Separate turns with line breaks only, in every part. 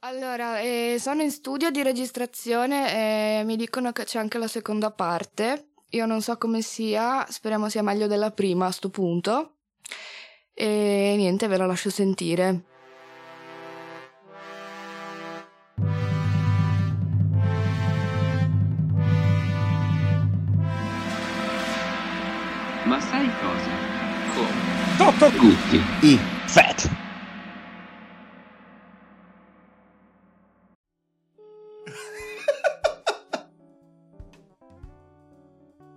Allora, eh, sono in studio di registrazione e mi dicono che c'è anche la seconda parte. Io non so come sia, speriamo sia meglio della prima a sto punto. E niente, ve la lascio sentire.
Ma sai cosa? Come?
Toto
Gutti.
I Fat.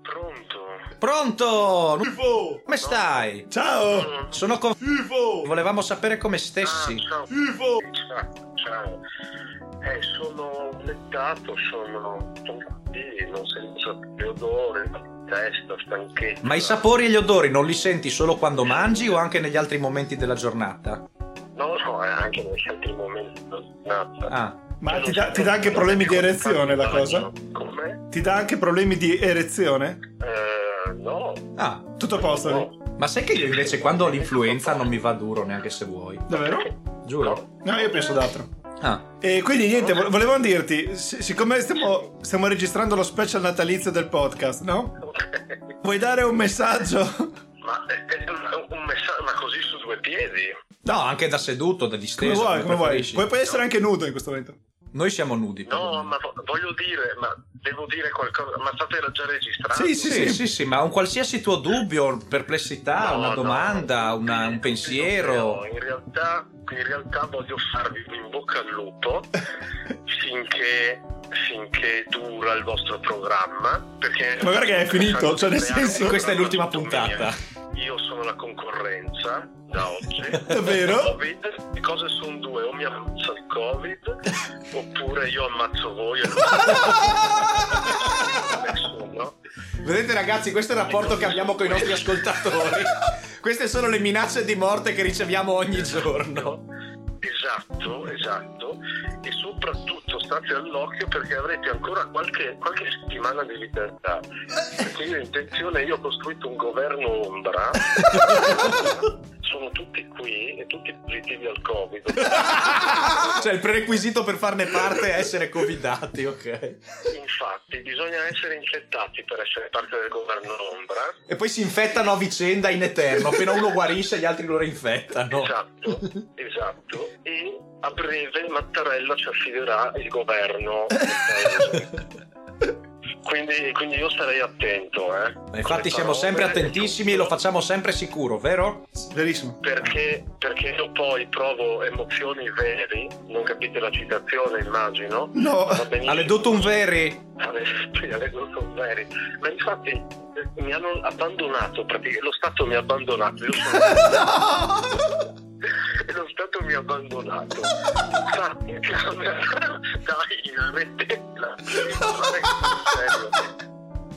Pronto?
Pronto?
Tifo!
Come stai?
Ciao!
Sono con...
Tifo!
Volevamo sapere come stessi.
Ah, ciao.
Tifo!
Ciao, ciao. Eh, sono lettato, sono sono qui, non sento più odore, la testa, stanchezza.
Ma i sapori e gli odori non li senti solo quando mangi o anche negli altri momenti della giornata?
No, no, eh, anche negli altri momenti della giornata.
Ah,
Ma
Cioè,
ti
non
dà,
so-
ti dà anche problemi di
non so-
erezione la cosa?
Come?
Ti dà anche problemi di erezione?
Eh, no.
ah.
Tutto a posto lì?
no.
Ma sai che io invece quando ho l'influenza non mi va duro neanche se vuoi.
Davvero?
Giuro.
No, io penso d'altro.
Ah,
E quindi niente, vo- volevamo dirti, si- siccome stiamo, stiamo registrando lo special natalizio del podcast, no?
Ok.
Vuoi dare un messaggio?
Ma è è un, un messaggio, ma così su due piedi?
no, anche da seduto, da
Come
disteso.
vuoi, come vuoi.
preferisci.
Puoi, puoi essere anche nudo in questo momento.
Noi siamo nudi.
No,
perlomeno.
ma vo- voglio dire, ma devo dire qualcosa, ma state già registrando?
Sì,
Sì, sì, sì, sì, ma un qualsiasi tuo dubbio, perplessità,
No,
una
no,
domanda,
no,
una- un
no,
pensiero.
no, in, realtà, in realtà voglio farvi un in bocca al lupo finché, finché dura il vostro programma. Perché
Ma guarda che è finito, cioè, nel
Creare
senso-
Questa è l'ultima
autonomia.
puntata.
Io sono la concorrenza da oggi.
Davvero?
Covid, le cose sono due, o mi ammazza il Covid oppure io ammazzo voi e non ammazzo nessuno.
Vedete ragazzi, questo è il rapporto che abbiamo con i nostri ascoltatori. Queste sono le minacce di morte che riceviamo ogni giorno.
Esatto, esatto. E soprattutto state all'occhio perché avrete ancora qualche, qualche settimana di libertà. Perché io ho intenzione, io ho costruito un governo ombra. Sono tutti qui e tutti positivi al Covid.
Cioè, il prerequisito per farne parte è essere covidati, ok?
Infatti, bisogna essere infettati per essere parte del governo ombra.
E poi si infettano a vicenda in eterno. Appena uno guarisce, gli altri lo reinfettano.
Esatto, esatto. E a breve Mattarella ci affiderà il governo. del paese. Quindi, quindi io starei attento. Eh,
Ma Infatti
Con le
siamo sempre
parole.
attentissimi e lo facciamo sempre sicuro, vero?
Verissimo.
Perché, perché io poi provo emozioni veri, non capite la citazione immagino.
No.
Va benissimo.
Aledotum veri.
Alle- sì, alle due sono veri. Ma infatti eh, mi hanno abbandonato, praticamente, lo Stato mi ha abbandonato. Io sono... E lo Stato mi ha abbandonato. Infatti, Camera, dai, mettetela. Devi parlare sul serio.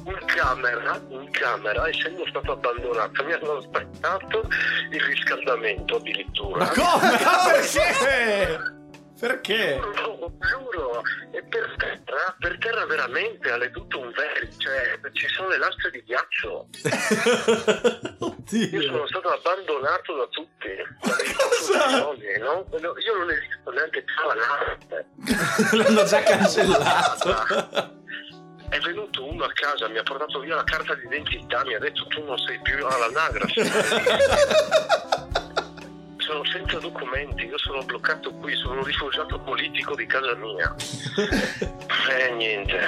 In camera, in camera, essendo stato abbandonato, mi hanno aspettato il riscaldamento addirittura.
Ma come? Perché? Perché?
Giuro, giuro, e per terra, per terra veramente alle tutto un veri, cioè ci sono le lastre di ghiaccio. Io sono
Oddio.
stato abbandonato da tutti, da tutti i giorni, no? No, Io non esisto neanche più alla arte.
L'hanno già cancellato.
È venuto uno a casa, mi ha portato via la carta d'identità, mi ha detto tu non sei più all'anagrafe. sono senza documenti, io sono bloccato qui, sono un rifugiato politico di casa mia. Eh niente,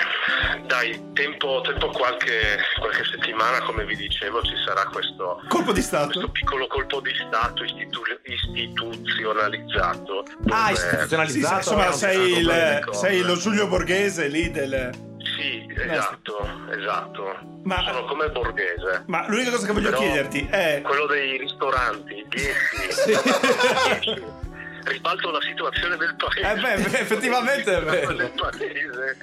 dai, tempo, tempo qualche, qualche settimana, come vi dicevo, ci sarà questo,
Colpo di
questo
stato?
piccolo colpo di Stato istitu- istituzionalizzato.
Ah,
Dove-
Sì,
istituzionalizzato.
sai, insomma,
no,
sei,
no,
il,
no,
sei
no.
lo Giulio Borghese lì del...
Sì, esatto, esatto.
Ma-
Sono come borghese.
Ma l'unica cosa che voglio
Però-
chiederti
eh.
è...
Quello dei ristoranti, 10. Ribalto la situazione del paese.
Eh beh, beh, effettivamente è vero.
Del paese.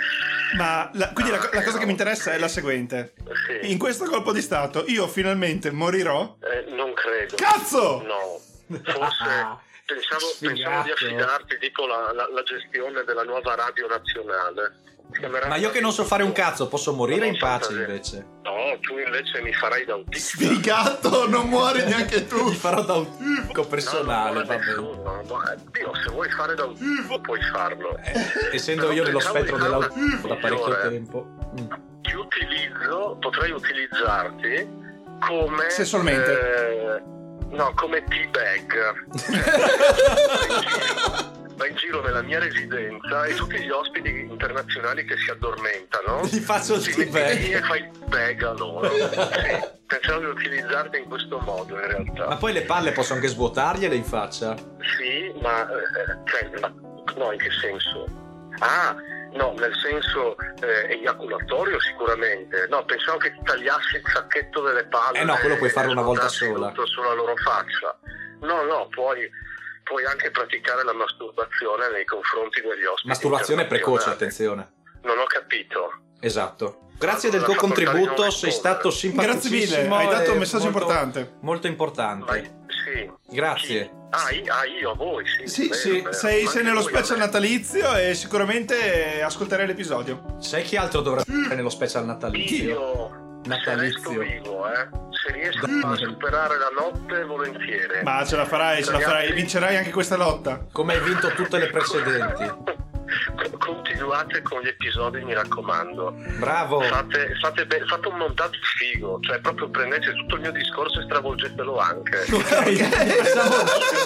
Ma la- quindi la, co- la cosa che mi interessa è la seguente.
Sì.
In questo colpo di stato io finalmente morirò.
Eh, non credo.
Cazzo!
No. Forse, pensavo, pensavo
Sfigato.
di affidarti, dico, la, la- la gestione della nuova radio nazionale. Si chiamerà-
Ma io che non so fare un cazzo, posso morire in pace
Fantasia.
invece.
No, tu invece mi farai da autista.
Sfigato, non muori neanche
Mi
tu.
farò da un tifo
No, non
personale,
vuole
va bene.
nessuno. No, eh, Dio, se vuoi fare da autista puoi farlo.
Eh, essendo
Però
io nello
pensavo
spettro
di fare una
dell'autismo da parecchio
migliore.
tempo. Mm.
Ti utilizzo, potrei utilizzarti come...
Sessualmente.
eh, no, come teabag.
Mm.
Vai in giro nella mia residenza e tutti gli ospiti internazionali che si addormentano
Gli faccio il
Sì, metti lì
tifo.
e fai il bag a loro. Sì, pensavo di utilizzarti in questo modo in realtà.
Ma poi le palle posso anche svuotargliele in faccia.
Sì, ma, eh, cioè, ma- no, in che senso? Ah, no, nel senso eh, eiaculatorio sicuramente. No, pensavo che ti tagliassi il sacchetto delle palle.
Eh no, quello puoi
e
farlo una volta
svuotarsi
sola.
Tutto sulla loro faccia. No, no, puoi, puoi anche praticare la masturbazione nei confronti degli ospiti.
Masturbazione precoce,
internazionali.
attenzione.
Non ho capito.
Esatto. Grazie del
La
tuo
facoltà di
contributo,
non
sei
rispondere.
stato
Grazie
simpaticissimo.
mille, hai dato
e
un messaggio
molto-
importante.
Molto importante.
Ma, sì.
Grazie.
Ah, i- ah, io a voi, sì.
Sì,
Bene,
sì,
bene.
sei,
Ma
sei
anche
nello
voi,
special
vabbè.
natalizio e sicuramente ascolterai l'episodio.
Sai chi altro dovrà fare nello special natalizio?
Io se resto
Natalizio.
vivo, eh, se riesco
Dammi.
a superare la notte, volentieri.
Ma ce la farai, ce la farai, vincerai anche questa lotta.
Come hai vinto tutte le precedenti.
Co- Continuate con gli episodi, mi raccomando.
Bravo.
Fate, fate be- fate un montaggio figo, cioè proprio prendete tutto il mio discorso e stravolgetelo anche.
Ok,
diciamo
pensavo-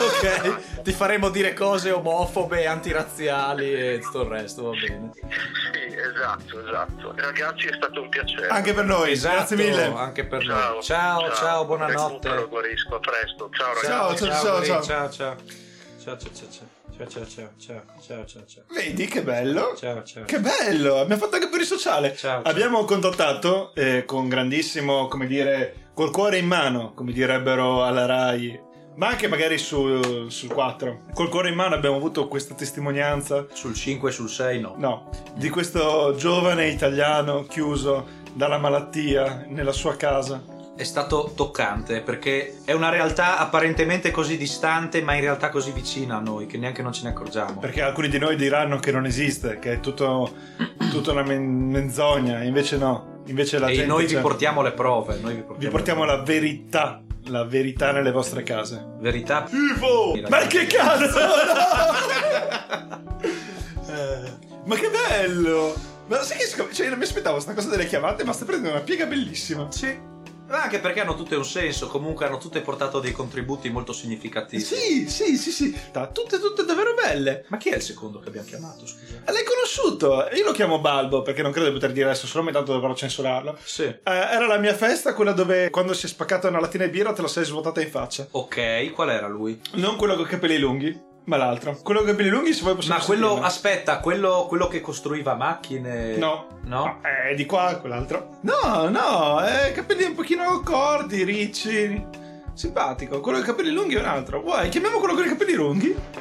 ok, ti faremo dire cose omofobe, antirazziali e tutto il resto, va bene.
sì, esatto, esatto. Ragazzi, è stato un piacere.
Anche per noi, grazie mille.
Anche per
Ciao,
noi. Ciao, ciao, buonanotte.
Recupero, guarisco, a presto. Ciao ragazzi.
Ciao, ciao, ciao, ciao.
ciao, ciao, ciao. Ciao, ciao, ciao, ciao. Ciao, ciao, ciao, ciao, ciao, ciao, ciao.
Vedi che bello.
Ciao, ciao.
Che bello, abbiamo fatto anche per il sociale.
Ciao, ciao.
Abbiamo contattato eh, con grandissimo, come dire, col cuore in mano, come direbbero alla RAI. Ma anche magari su- sul 4. Col cuore in mano abbiamo avuto questa testimonianza
Sul 5 e sul 6 no.
No, di questo giovane italiano chiuso dalla malattia nella sua casa.
È stato toccante perché è una realtà apparentemente così distante, ma in realtà così vicina a noi che neanche non ce ne accorgiamo.
Perché alcuni di noi diranno che non esiste, che è tutto, tutta una men- menzogna, invece no. Invece la
e
gente
noi
c'è.
vi portiamo le prove, noi vi portiamo,
vi
le
portiamo
prove.
la verità, la verità nelle vostre case.
verità.
Tifo! Ma che cazzo! Eh, ma che bello! Ma sai che scop- cioè, non mi aspettavo sta cosa delle chiamate, ma sta prendendo una piega bellissima.
Sì. Ma anche perché hanno tutte un senso, comunque hanno tutte portato dei contributi molto significativi.
Sì, sì, sì, sì. Ta- Tutte, tutte davvero belle.
Ma chi è il secondo che abbiamo chiamato, scusa?
L'hai conosciuto? Io lo chiamo Balbo perché non credo di poter dire adesso, solo tanto dovrò censurarlo.
Sì.
Eh, era la mia festa, quella dove quando si è spaccata una latina di birra te la sei svuotata in faccia.
Ok, qual era lui?
Non quello con i capelli lunghi, ma l'altro. Quello con i capelli lunghi, se vuoi possiamo.
Ma quello,
sentirlo.
aspetta, quello, quello che costruiva macchine...
No.
No?
Eh, di qua, quell'altro. No, no, eh, capelli un pochino corti, ricci. Simpatico. Quello con i capelli lunghi è un altro. Vuoi? Chiamiamo quello con i capelli lunghi?
È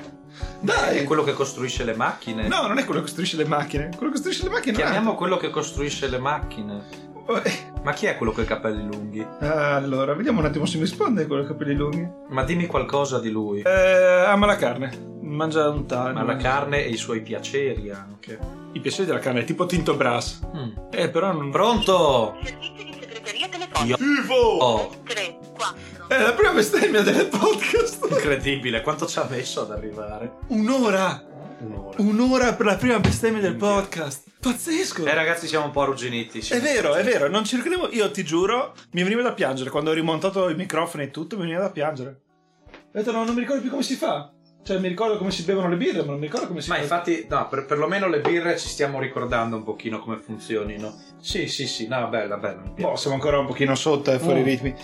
Dai.
Eh, quello che costruisce le macchine?
No, non è quello che costruisce le macchine. Quello che costruisce le macchine. è un
Chiamiamo quello che costruisce le macchine.
altro. Eh.
Ma chi è quello con i capelli lunghi?
Allora, vediamo un attimo se mi risponde quello capelli lunghi.
Ma dimmi qualcosa di lui.
Eh, ama la carne. Mangia un tale.
Ma la carne e i suoi piaceri anche.
I piaceri della carne, tipo Tinto Brass.
Mm.
Eh, però non.
Pronto?
Servizio di segreteria telefonica.
Vivo!
Oh,
3, 4.
È la prima bestemmia del podcast.
incredibile, quanto ci ha messo ad arrivare?
Un'ora!
Un'ora.
Un'ora per la prima bestemmia del
Minchia.
podcast. Pazzesco!
Eh ragazzi siamo un po' arrugginiti.
È
siamo-
vero, è vero, non ci credevo. Io ti giuro, mi veniva da piangere. Quando ho rimontato i microfoni e tutto, mi veniva da piangere. Ho detto, no, non mi ricordo più come si fa. Cioè, mi ricordo come si bevono le birre, ma non mi ricordo come si
Ma
fa.
infatti, no, per, perlomeno le birre ci stiamo ricordando un pochino come funzionino. Sì, sì, sì, no, bella, bella. mi piace.
Boh, siamo ancora un pochino sotto e fuori
Mm.
ritmi.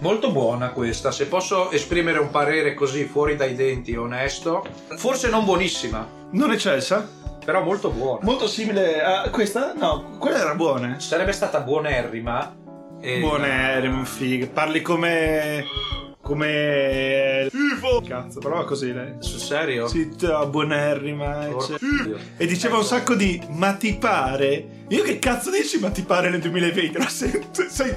Molto buona questa, se posso esprimere un parere così fuori dai denti, onesto, forse non buonissima,
Non eccelsa?
però molto buona.
Molto simile a questa? No, quella era buona. eh.
Sarebbe stata eh, buonerrima. E...
Buona, figa. Parli come. come. Tifo! Cazzo, parlava così lei.
Sul serio?
Sì, t- buonerrima.
Porco
eccetera.
Dio.
E diceva un
Ecco.
sacco di ma ti pare? Io che cazzo dici ma ti pare nel 2020? Ma se- se- sai,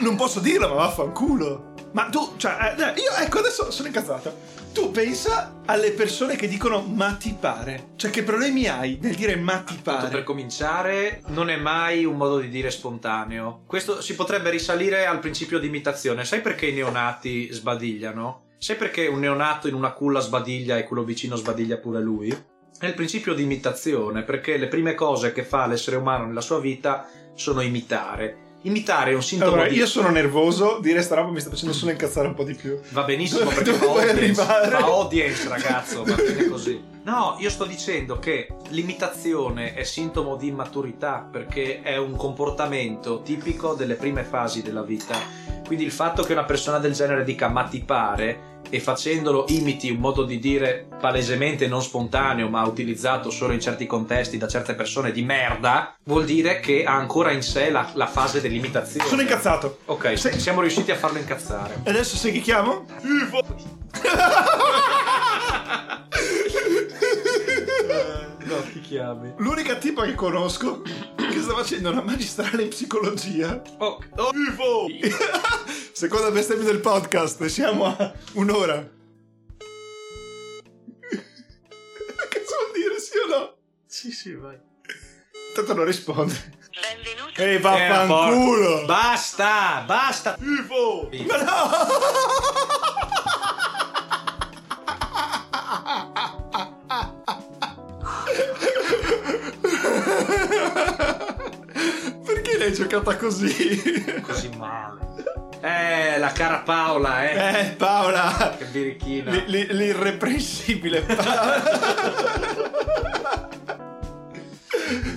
non posso dirlo, ma vaffanculo. Ma tu, cioè, eh, io ecco adesso sono incazzato. Tu pensa alle persone che dicono ma ti pare. Cioè, che problemi hai nel dire ma ti
Tanto per
pare?
cominciare, non è mai un modo di dire spontaneo. Questo si potrebbe risalire al principio di imitazione. Sai perché i neonati sbadigliano? Sai perché un neonato in una culla sbadiglia e quello vicino sbadiglia pure lui? È il principio di imitazione, perché le prime cose che fa l'essere umano nella sua vita sono imitare. Imitare è un sintomo
Allora,
di...
io sono nervoso, dire sta roba mi sta facendo solo incazzare un po' di più.
Va benissimo
Dove-
perché
dove
fa
vuoi
audience,
arrivare?
fa audience, ragazzo, va bene così. No, io sto dicendo che l'imitazione è sintomo di immaturità perché è un comportamento tipico delle prime fasi della vita. Quindi il fatto che una persona del genere dica ma ti pare e facendolo imiti un modo di dire palesemente non spontaneo ma utilizzato solo in certi contesti da certe persone di merda vuol dire che ha ancora in sé la, la fase dell'imitazione.
Sono incazzato.
Ok,
Sì.
siamo riusciti a farlo incazzare.
E adesso sai chi chiamo?
No, ti chiami.
L'unica tipa che conosco che sta facendo una magistrale in psicologia.
Oh,
Seconda bestemmia del podcast, siamo a un'ora. Che vuol dire sì o no?
Sì, sì, vai.
Tanto non risponde.
Benvenuto.
Ehi, vaffanculo!
Basta, basta.
Ma no!
Perché l'hai giocata così?
Così male. Eh, la cara Paola, eh.
Eh, Paola!
Che birichina.
L- l- l'irreprensibile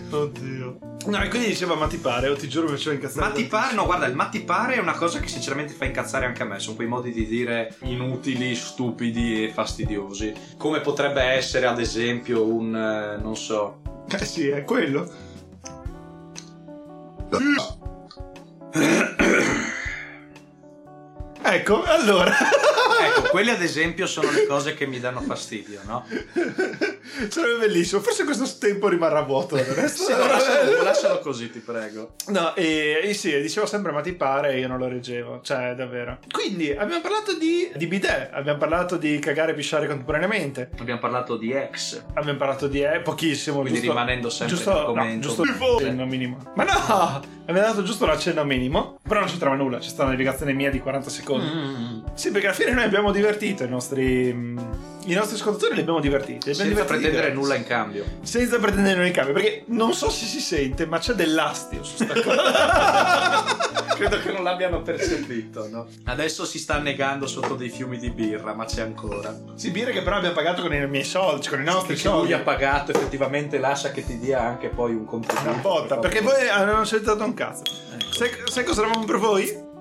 Oddio. No, e quindi diceva, ma ti pare? O ti giuro che facevo incazzare.
Ma ti pare? No, guarda, il ma ti pare è una cosa che sinceramente fa incazzare anche a me. Sono quei modi di dire inutili, stupidi e fastidiosi. Come potrebbe essere, ad esempio, un. eh, non so.
Eh sì, è quello. ecco, allora.
Ecco, quelle ad esempio sono le cose che mi danno fastidio, no?
Sarebbe bellissimo. Forse questo tempo rimarrà vuoto. del resto.
Sì, no, lascialo, lascialo così, ti prego.
No, e, e sì, dicevo sempre ma ti pare e io non lo reggevo, cioè davvero. Quindi abbiamo parlato di, di bidet, abbiamo parlato di cagare e pisciare contemporaneamente,
Abbiamo parlato di ex.
abbiamo parlato di eh, pochissimo,
Quindi
giusto,
rimanendo sempre
giusto, no,
nell'argomento.
giusto un accenno minimo. Ma no, abbiamo dato giusto l'accenno minimo, però non c'entrava nulla, c'è stata una navigazione mia di 40 secondi.
Mm.
Sì, perché alla fine noi abbiamo divertito i nostri, mm, i nostri ascoltatori, li abbiamo divertiti. li abbiamo
Senza
divertiti
pretendere
diversi.
nulla in cambio.
Senza pretendere nulla in cambio, perché non so se si sente, ma c'è dell'astio su sta cosa.
Credo che non l'abbiano percepito, no? Adesso si sta annegando sotto dei fiumi di birra, ma c'è ancora.
Sì, birra che però abbiamo pagato con i miei soldi, cioè con i nostri
Se lui
soldi.
ha pagato, effettivamente lascia che ti dia anche poi un contributo.
Una botta,
per
perché
favore.
voi non avete dato un cazzo. Sai, sai cosa eravamo per voi?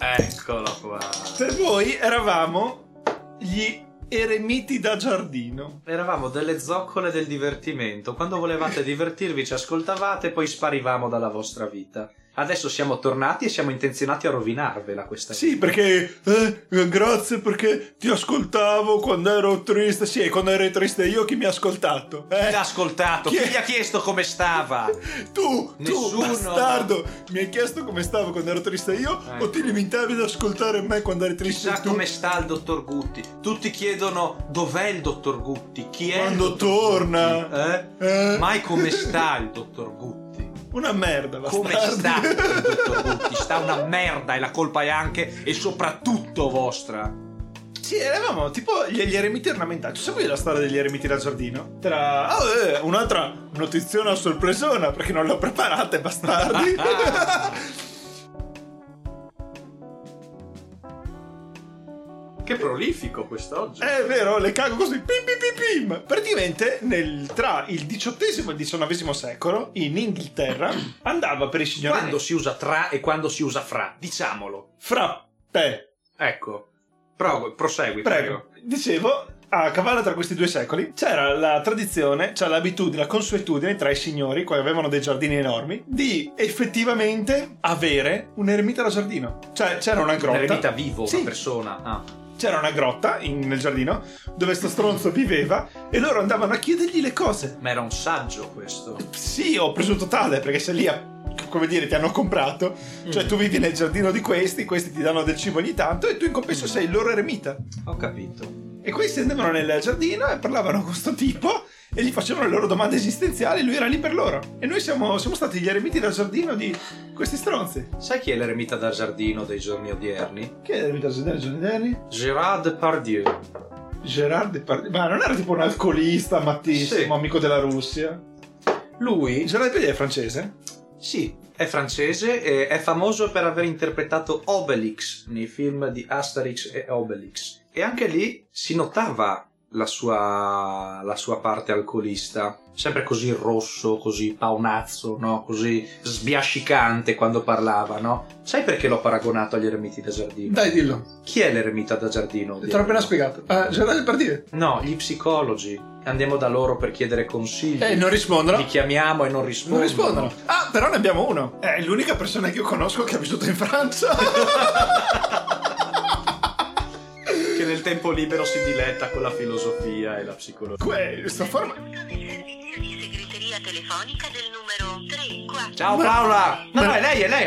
Eccolo qua.
Per voi eravamo gli eremiti da giardino.
Eravamo delle zoccole del divertimento. Quando volevate divertirvi ci ascoltavate, poi sparivamo dalla vostra vita. Adesso siamo tornati e siamo intenzionati a rovinarvela questa
Sì, perché eh, grazie perché ti ascoltavo quando ero triste. Sì, e quando eri triste io chi mi ha ascoltato?
Chi
Eh?
l'ha ascoltato?
Chi è?
Chi gli ha chiesto come stava?
Tu, tu
Nessuno.
bastardo, mi hai chiesto come stavo quando ero triste io o ti limitavi ad ascoltare me quando eri triste
Eh. Chissà
tu?
come sta il dottor Gutti. Tutti chiedono dov'è il dottor Gutti? Chi è? il
Quando
dottor Gutti?
torna?
Eh?
Eh?
Mai come sta il dottor Gutti?
Una merda,
Come
bastardi.
sta il dottor Gutti? Sta una merda e la colpa è anche e soprattutto vostra.
Sì, eravamo tipo gli, gli eremiti ornamentali. Tu sai la storia degli eremiti da giardino? Tra. Ah, eh, un'altra notiziona a sorpresona perché non l'ho preparata, bastardi.
Che prolifico quest'oggi.
È vero, le cago così. Pim, pim, pim, pim. Praticamente nel- tra il XVIII e il XIX secolo in Inghilterra andava per i signori.
Quando si usa tra e quando si usa fra, diciamolo.
Frappe.
Ecco. Pro- prosegui, prego.
Prego. Dicevo. A cavallo tra questi due secoli c'era la tradizione, cioè l'abitudine, la consuetudine tra i signori, che avevano dei giardini enormi, di effettivamente avere un eremita da giardino. Cioè c'era una grotta.
Un eremita vivo,
Sì.
una persona. Ah.
C'era una grotta in- nel giardino dove sto stronzo viveva e loro andavano a chiedergli le cose.
Ma era un saggio questo.
Sì, ho preso totale perché se lì, a- come dire, ti hanno comprato, cioè
Mm.
tu vivi
Mm.
nel giardino di questi, questi ti danno del cibo ogni tanto e tu in compenso sei il loro eremita.
Ho capito.
E questi andavano nel giardino e parlavano con sto tipo e gli facevano le loro domande esistenziali e lui era lì per loro. E noi siamo, siamo stati gli eremiti del giardino di questi stronzi.
Sai chi è l'eremita da giardino dei giorni odierni?
Che è l'eremita del giardino?
Gérard Depardieu.
Gerard Depardieu. Ma non era tipo un alcolista mattissimo,
Sì.
amico della Russia?
Lui,
Gerard Depardieu è francese?
sì, è francese e è famoso per aver interpretato Obelix nei film di Asterix e Obelix. E anche lì si notava la sua, la sua parte alcolista. Sempre così rosso, così paonazzo, no? Così sbiascicante quando parlava, no? Sai perché l'ho paragonato agli eremiti da giardino?
Dai, dillo.
Chi è l'eremita da giardino?
Te l'ho appena spiegato. Ah, Gerard Depardieu.
No, gli psicologi. Andiamo da loro per chiedere consigli.
Eh, non rispondono.
Li chiamiamo e non
Non
rispondono.
rispondono. Ah, però ne abbiamo uno. È l'unica persona che io conosco che ha vissuto in Francia.
Che nel tempo libero si diletta con la filosofia e la psicologia.
Questo forma.
del servizio di segreteria telefonica del numero 34.
Ciao
Ma-
Paola! No,
ma-
no, è lei, è lei,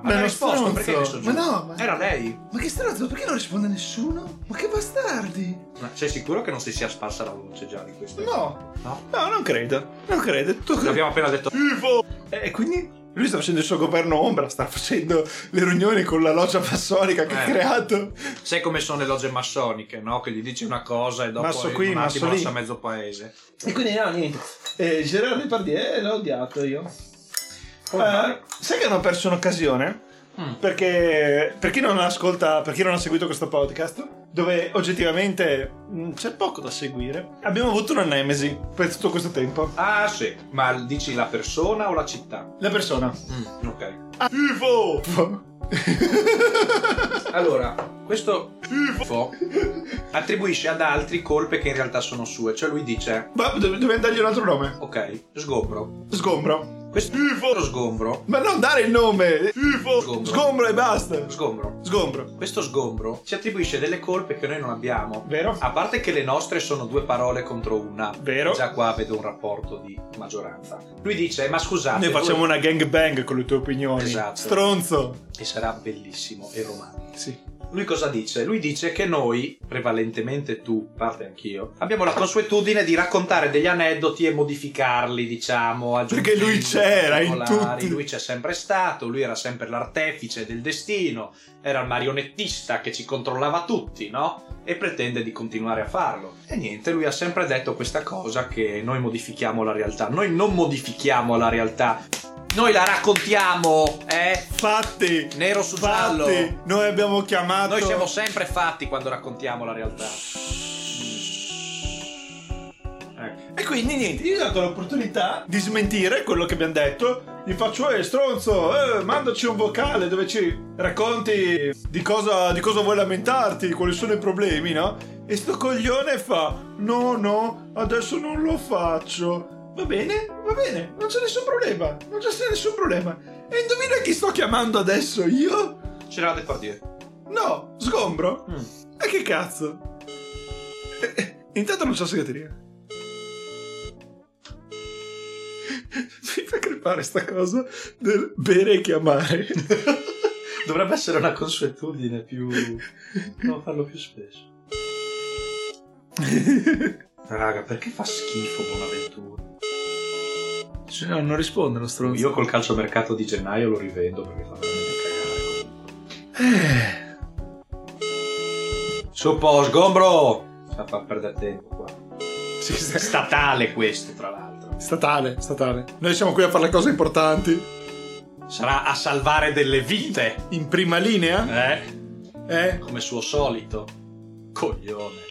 Ma
Ma ha
non
risposto,
stronzo.
perché hai messo
Ma
giù?
no, ma-
Era lei.
Ma che stronzo, perché non risponde nessuno? Ma che bastardi!
Ma sei sicuro che non si sia sparsa la voce già di questo?
No,
No?
no, non credo. Non credo. è Tutto...
L'abbiamo appena detto.
E quindi lui sta facendo il suo governo ombra, sta facendo le riunioni con la loggia massonica che ha
Eh.
creato.
Sai come sono le logge massoniche, no? Che gli dici una cosa e dopo
Masso
in
qui,
un
masso
attimo
lì.
lascia mezzo paese.
E quindi no, niente. Eh, E Gerard Depardieu l'ho odiato io. Eh, sai che hanno perso un'occasione?
Mm.
Perché per chi non ascolta, per chi non ha seguito questo podcast, dove oggettivamente mh, c'è poco da seguire, abbiamo avuto una nemesi per tutto questo tempo.
Ah, sì. Ma dici la persona o la città?
La persona.
Mm, ok.
Tifo!
Allora, questo UFO attribuisce ad altri colpe che in realtà sono sue, cioè lui dice
Ma do- dobbiamo dargli un altro nome.
Ok, sgombro.
Sgombro.
Questo UFO sgombro.
Ma non dare il nome! Tifo!
Sgombro.
Sgombro e basta!
Sgombro.
Sgombro.
Questo sgombro ci attribuisce delle colpe che noi non abbiamo.
Vero?
A parte che le nostre sono due parole contro una.
Vero.
Già qua vedo un rapporto di maggioranza. Lui dice: Ma scusate,
Noi facciamo
voi-"
una gangbang con le tue opinioni.
Esatto.
Stronzo.
E sarà bellissimo e romantico.
Sì.
Lui cosa dice? Lui dice che noi, prevalentemente tu, parte anch'io, abbiamo la consuetudine di raccontare degli aneddoti e modificarli, diciamo, aggiungendo
Perché lui c'era in
particolari.
tutti.
Lui c'è sempre stato, lui era sempre l'artefice del destino, era il marionettista che ci controllava tutti, no? E pretende di continuare a farlo. E niente, lui ha sempre detto questa cosa che noi modifichiamo la realtà. Noi non modifichiamo la realtà, noi la raccontiamo, eh?
Fatti!
Nero su giallo.
Fatti! Noi abbiamo chiamato...
Noi siamo sempre fatti quando raccontiamo la realtà. Ecco.
E quindi niente, gli ho dato l'opportunità di smentire quello che abbiamo detto. Gli faccio, eh stronzo, eh, mandaci un vocale dove ci racconti di cosa, di cosa vuoi lamentarti, quali sono i problemi, no? E sto coglione fa, no, no, adesso non lo faccio. Va bene, va bene, non c'è nessun problema, non c'è nessun problema. E indovina chi sto chiamando adesso, io?
C'era da partire.
No, sgombro. E che cazzo? Eh, eh, Intanto non c'ho segreteria. Mi fa crepare sta cosa del bere e chiamare.
Dovrebbe essere una consuetudine più. non farlo più spesso. Raga, perché fa schifo Bonaventura?
Cioè, no, non risponde lo stronzo.
Io col calciomercato di gennaio lo rivendo perché fa veramente cagare.
Eh.
Su po', sgombro! Sta a far perdere tempo qua.
Sì, sì.
Statale questo, tra l'altro.
Statale, statale. Noi siamo qui a fare le cose importanti.
Sarà a salvare delle vite,
In prima linea?
eh?
Eh?
come suo solito. Coglione.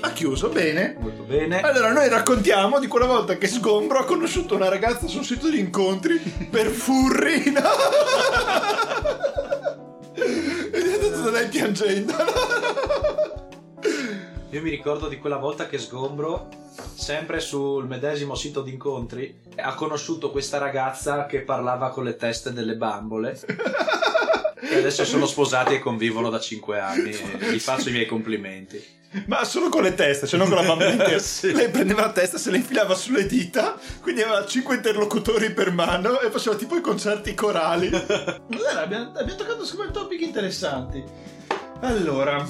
Ha chiuso, bene.
Molto bene.
Allora, noi raccontiamo di quella volta che Sgombro ha conosciuto una ragazza su un sito di incontri per furri. no? E gli ha detto da lei piangendo.
Io mi ricordo di quella volta che Sgombro, sempre sul medesimo sito di incontri, ha conosciuto questa ragazza che parlava con le teste delle bambole. E adesso sono sposati e convivono da 5 anni. E vi faccio i miei complimenti.
Ma solo con le teste, cioè non con la bambina. intera.
Sì.
Lei prendeva la testa, se la infilava sulle dita, quindi aveva cinque interlocutori per mano e faceva tipo i concerti corali. allora, abbiamo, abbiamo toccato solo topic interessanti. Allora,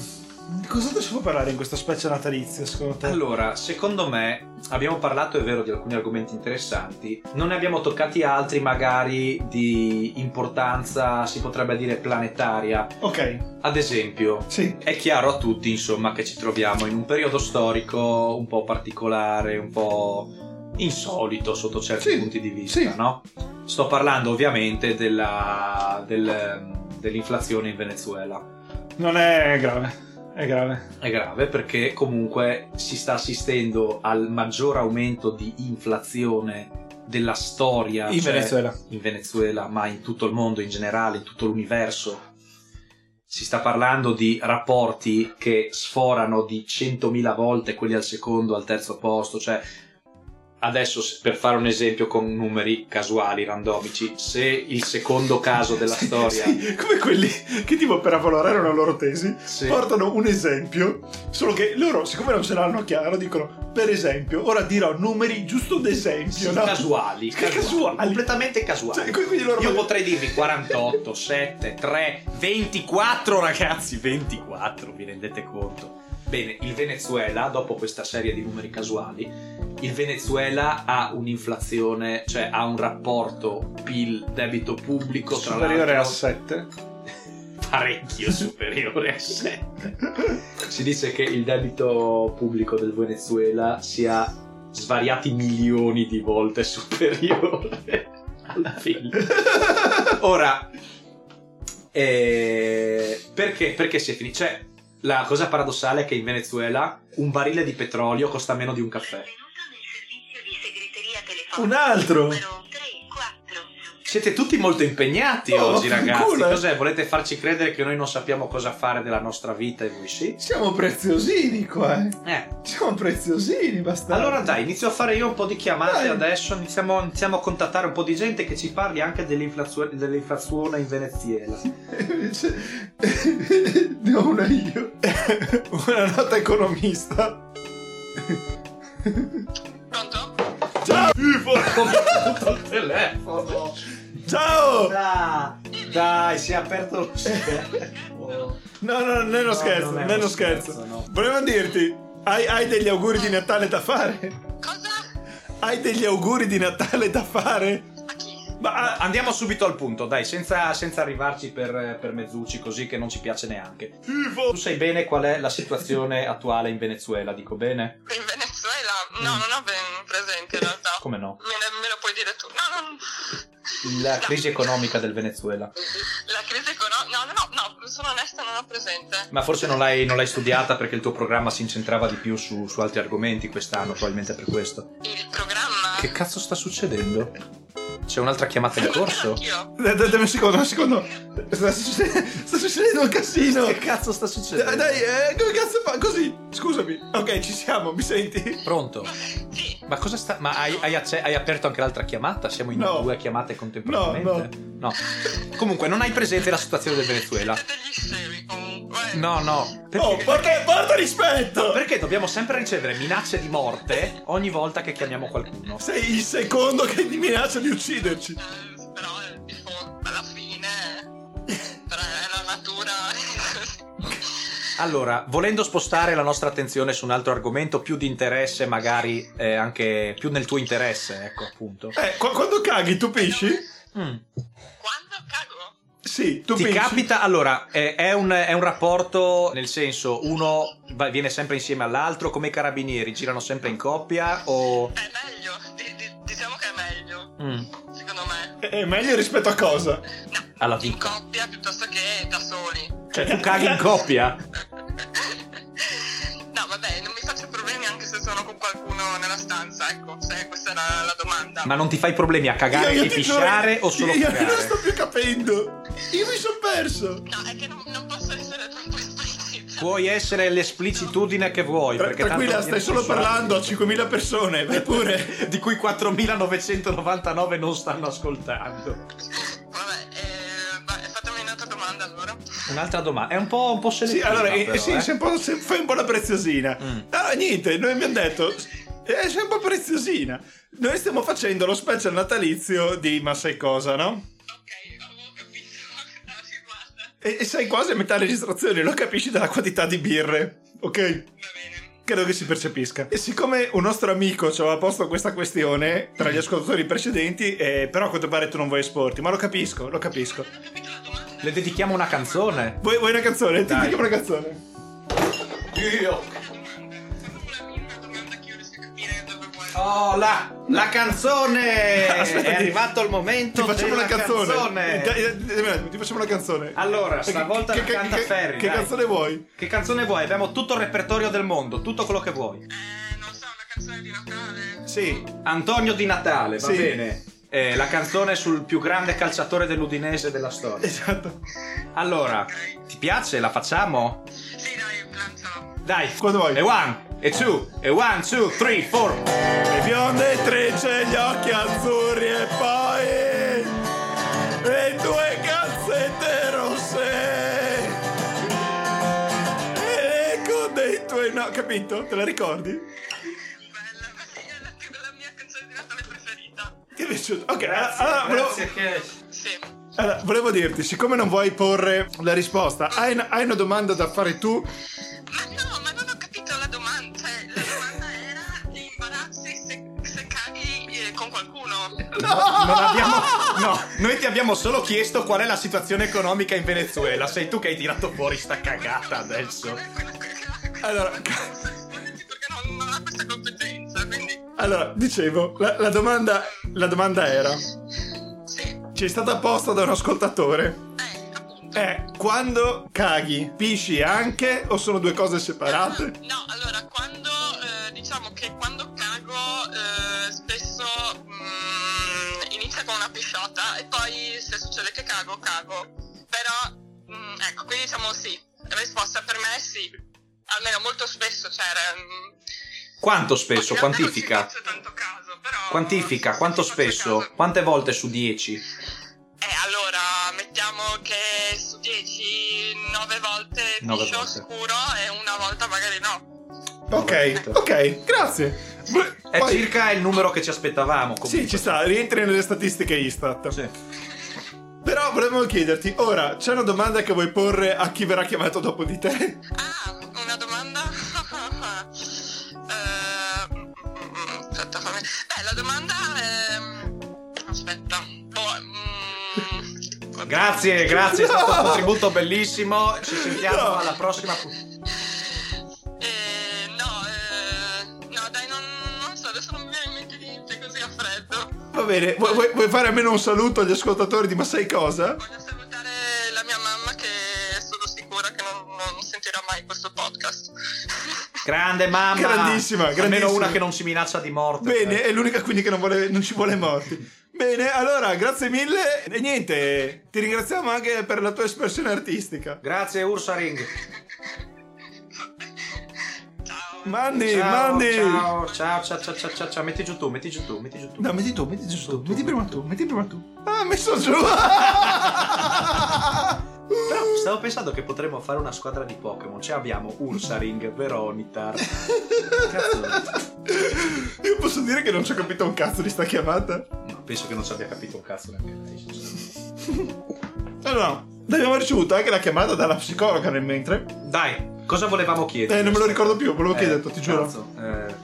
Di cosa si può parlare in questa specie natalizia, secondo te?
Allora, secondo me abbiamo parlato, è vero, di alcuni argomenti interessanti, non ne abbiamo toccati altri magari di importanza, si potrebbe dire planetaria.
Ok,
Ad esempio,
sì.
è chiaro a tutti, insomma, che ci troviamo in un periodo storico un po' particolare, un po' insolito sotto certi
Sì,
punti di vista,
sì.
no? Sto parlando ovviamente della- del- dell'inflazione in Venezuela.
Non è grave. È grave.
È grave perché comunque si sta assistendo al maggior aumento di inflazione della storia
In
cioè-
Venezuela.
in Venezuela, ma in tutto il mondo in generale, in tutto l'universo. Si sta parlando di rapporti che sforano di 100.000 volte quelli al secondo, al terzo posto, cioè adesso se- per fare un esempio con numeri casuali, randomici, se il secondo caso della
Sì,
storia
sì, come quelli che tipo per avvalorare una loro tesi
Sì.
portano un esempio, solo che loro, siccome non ce l'hanno chiaro, dicono per esempio, ora dirò numeri giusto d'esempio,
Sì,
no?
casuali,
Che
casuali,
casuali.
completamente casuali.
Cioè, quindi loro
Io
vogliono-
potrei dirvi 48, 7, 3, 24 ragazzi, 24, vi rendete conto? Bene, il Venezuela, dopo questa serie di numeri casuali, il Venezuela ha un'inflazione, cioè ha un rapporto PIL debito pubblico tra
superiore a
l'altro
7.
parecchio superiore a 7. Si dice che il debito pubblico del Venezuela sia svariati milioni di volte superiore al PIL. Ora, eh, perché, perché si è finito? Cioè, la cosa paradossale è che in Venezuela un barile di petrolio costa meno di un caffè.
Benvenuto nel servizio di segreteria telefonica.
Un altro?
Numero 34.
Siete tutti molto impegnati
Oh,
oggi, ragazzi.
culo, eh.
Cos'è? Volete farci credere che noi non sappiamo cosa fare della nostra vita e voi sì?
Siamo preziosini qua, eh.
Eh,
Siamo preziosini, bastardi.
Allora dai, inizio a fare io un po' di
Dai.
chiamate adesso, iniziamo, iniziamo a contattare un po' di gente che ci parli anche dell'inflazio- dell'inflazione in Venezuela.
Invece- ne ho una io. una nota economista.
Pronto?
Ciao!
il telefono!
Ciao!
Dai, dai, si è aperto lo schermo.
No, no, non è uno
No,
scherzo,
non è
non è
uno
uno scherzo.
scherzo, no.
Volevo dirti, hai, hai degli auguri di Natale da fare?
Cosa?
Hai degli auguri di Natale da fare?
A chi?
Ma
Ah,
ah,
Andiamo subito al punto, dai, senza, senza arrivarci per, per mezzucci così che non ci piace neanche. Tu sai bene qual è la situazione attuale in Venezuela, dico bene? Mm.
In Venezuela? No, non ho ben presente in realtà.
Come no?
Me, ne- me lo puoi dire tu. No, no, no.
La
No.
crisi economica del Venezuela.
La crisi economica. No, no, no, no, sono onesta, non ho presente.
Ma forse non l'hai, non l'hai studiata perché il tuo programma si incentrava di più su, su altri argomenti quest'anno, probabilmente per questo.
Il programma?
Che cazzo sta succedendo? C'è un'altra chiamata in
Sono
corso?
Anch'io.
dai, dai, dai, un secondo, un secondo. Sta succedendo, sta succedendo un casino.
Che cazzo sta succedendo?
Dai, dai, eh, come cazzo fa? Così, scusami. Ok, ci siamo, mi senti?
Pronto?
Sì.
Ma cosa sta. Ma hai, hai acce- hai aperto anche l'altra chiamata? Siamo in
No.
due chiamate contemporaneamente?
No,
no. Comunque, non hai presente la situazione del Venezuela?
Siete degli scemi comunque.
No, no. Perché?
Oh, porta, porta rispetto!
perché dobbiamo sempre ricevere minacce di morte ogni volta che chiamiamo qualcuno?
Sei il secondo che ti minaccia di ucciderci.
Eh, però è tipo, alla fine. Però è la natura.
Allora, volendo spostare la nostra attenzione su un altro argomento più di interesse, magari eh, anche più nel tuo interesse, ecco appunto.
Eh, qua- quando caghi, tu pesci?
Mm.
Quando cago?
Sì, tu
Ti
pesci.
capita, allora, eh, è, un, è un rapporto nel senso uno va- viene sempre insieme all'altro, come i carabinieri, girano sempre in coppia o...
È meglio. di- di- diciamo che è meglio,
Mm.
secondo me.
È Eh, meglio rispetto a cosa?
No.
Alla
In
vita.
coppia piuttosto che da soli.
Cioè, tu caghi in coppia?
No, vabbè, non mi faccio problemi anche se sono con qualcuno nella stanza, ecco, se questa era la domanda.
Ma non ti fai problemi a cagare
Io- io
e
ti
pisciare
giuro,
o solo
io, io non
cagare?
sto più capendo. Io mi sono perso.
No, è che non, non posso essere troppo esplicita.
Puoi essere l'esplicitudine che vuoi,
Tra-
perché tanto
tranquilla,
non
stai
viene
solo
censurato.
parlando a 5.000 persone, vai pure.
di cui 4.999 non stanno ascoltando.
Vabbè, eh, va- fatemi un'altra domanda allora.
Un'altra domanda, è un po', un po
Sì,
selettiva
allora, eh,
però,
sì,
eh.
sei un po', se- fai un po' la preziosina.
Mm.
Ah, niente, noi abbiamo detto, eh, sei un po' preziosina. Noi stiamo facendo lo special natalizio di ma sai cosa, no?
Ok, avevo capito a cosa si
E,
guarda.
e sei quasi a metà registrazione, lo capisci dalla quantità di birre, ok?
Va bene.
Credo che si percepisca. E siccome un nostro amico ci aveva posto questa questione tra gli ascoltatori precedenti, eh, però a quanto pare tu non vuoi esporti, ma lo capisco, lo capisco.
Non ho capito la domanda.
Le dedichiamo una canzone.
Vuoi, vuoi una canzone? Ti
Dai.
dico una canzone.
Io.
È proprio la mia domanda che io riesco a capire dove vuoi.
Oh, la, la canzone!
Aspetta,
È
ti-
arrivato il momento
Ti facciamo
della
una canzone.
canzone.
Dai, eh, dammi un attimo, ti facciamo una canzone.
Allora,
Che-
stavolta
che,
la
che-
canta
che-
Ferri.
Che
dai.
canzone vuoi?
Che canzone vuoi? Abbiamo tutto il repertorio del mondo, tutto quello che vuoi.
Eh, non so, una canzone di Natale.
Sì.
Antonio Di Natale, va
Sì.
bene. Eh, la canzone sul più grande calciatore dell'Udinese della storia.
Esatto.
Allora, ti piace? La facciamo?
Sì, dai, lanciala.
Dai.
Quando vuoi.
E one, e two, e one, two, three, four.
Le bionde trecce, gli occhi azzurri e poi le tue calzette rosse e l'eco dei tuoi no, capito? Te la ricordi?
Bella, ma sì, è la, più, la mia canzone di Natale preferita.
Ti è piaciuto? Ok, allora, volevo,
Sì.
allora, volevo dirti, siccome non vuoi porre la risposta, hai una, hai una domanda da fare tu.
Ma Ah, no, ma non ho capito la domanda. Cioè, la domanda era gli imbarazzi se, se caghi eh, con qualcuno.
Non abbiamo. No, noi ti abbiamo solo chiesto qual è la situazione economica in Venezuela. Sei tu che hai tirato fuori sta cagata adesso.
Cioè,
Allora,
Non so risponderti perché non, non ha questa competenza, quindi
allora dicevo, la, la domanda, la domanda era,
sì,
ci è stata posta da un ascoltatore
eh, appunto.
Eh, quando caghi, pisci anche o sono due cose separate?
No, allora, quando eh, diciamo che quando cago eh, spesso mm, inizia con una pisciata e poi se succede che cago, cago. Però, mm, ecco, quindi diciamo sì, la risposta per me è sì, almeno molto spesso, cioè... era, mm,
Quanto spesso?
in realtà
Quantifica?
Non ci faccio tanto caso, però...
Quantifica?
sì,
Quanto
ci faccio
spesso?
caso.
Quante volte su 10?
Eh, allora, mettiamo che su 10, 9 volte
Nove
piscio
volte.
scuro e una volta magari no.
Ok, ok, grazie. Bu-
È
Eh,
poi-
circa il numero che ci aspettavamo.
sì,
Comunque.
ci sta, rientri nelle statistiche Istat.
Sì.
Però volevamo chiederti, ora, c'è una domanda che vuoi porre a chi verrà chiamato dopo di te?
Ah, una domanda? Eh, mm, mm, mm, aspetta, fammi... Beh, la domanda è... Aspetta. Boh, mm,
Grazie, grazie, è stato un contributo bellissimo. Ci sentiamo
No.
alla prossima puntata.
Eh, no, eh, no, dai, non, non so, adesso non mi viene in mente niente così a freddo.
Va bene, vuoi, vuoi- vuoi fare almeno un saluto agli ascoltatori di Ma sai cosa?
Voglio salutare la mia mamma che sono sicura che non, non sentirà mai questo podcast.
Grande mamma.
Grandissima, grandissima.
Almeno una che non ci minaccia di morte.
Bene, è l'unica quindi che non, vuole- non ci vuole morti. Bene, allora, grazie mille e niente, ti ringraziamo anche per la tua espressione artistica.
Grazie Ursa Ring.
Ciao.
Mandi,
ciao,
mandi!
Ciao, ciao, ciao, ciao, ciao, ciao, ciao. Metti giù tu, metti giù tu, metti giù tu.
No, metti tu, metti giù tu, metti prima tu, metti prima tu. Ah, messo giù!
Però stavo pensando che potremmo fare una squadra di Pokémon. Cioè abbiamo Ursaring, Veronitar. Cazzo.
Io posso dire che non ci ho capito un cazzo di sta chiamata.
No, penso che non ci abbia capito un cazzo neanche lei. sinceramente.
Allora, abbiamo ricevuto anche la chiamata dalla psicologa nel mentre.
Dai, cosa volevamo chiedere?
Eh, non me lo ricordo più, volevo
Eh,
chiederti, ti giuro.
cazzo, eh,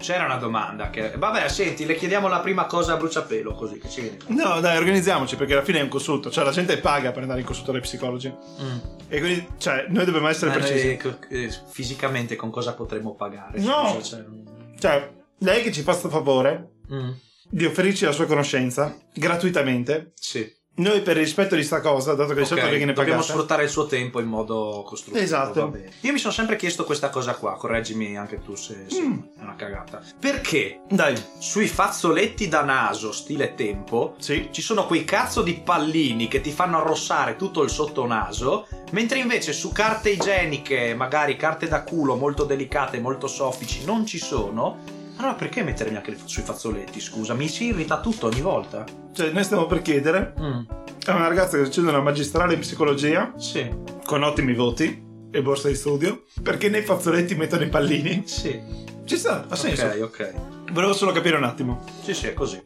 c'era una domanda che... Vabbè, senti, le chiediamo la prima cosa a bruciapelo, così che ci viene.
No, dai, organizziamoci perché alla fine è un consulto. Cioè, la gente paga per andare in consulto dai psicologi.
Mm.
E quindi, cioè, noi dobbiamo essere
Ma
precisi.
noi, co- eh, fisicamente con cosa potremmo pagare?
No.
Scusa, cioè, non-
Cioè, lei che ci fa sto favore
Mm,
di offrirci la sua conoscenza gratuitamente.
Sì.
Noi, per rispetto di sta cosa, dato che
Ok,
di solito viene
dobbiamo
pagata...
sfruttare il suo tempo in modo costruttivo.
Esatto.
va bene. Io mi sono sempre chiesto questa cosa qua, correggimi anche tu se, se
Mm.
è una cagata. Perché
Dai,
sui fazzoletti da naso, stile tempo,
sì.
ci sono quei cazzo di pallini che ti fanno arrossare tutto il sottonaso, mentre invece su carte igieniche, magari carte da culo molto delicate, molto soffici, non ci sono. Allora perché mettermi anche le- sui fazzoletti, scusa? Mi si irrita tutto ogni volta.
Cioè, noi stiamo per chiedere
Mm,
a una ragazza che sta facendo una magistrale in psicologia
sì,
con ottimi voti e borsa di studio perché nei fazzoletti mettono i pallini.
sì.
Ci sta, ha senso.
Ok, ok.
Volevo solo capire un attimo.
Sì, sì, è così.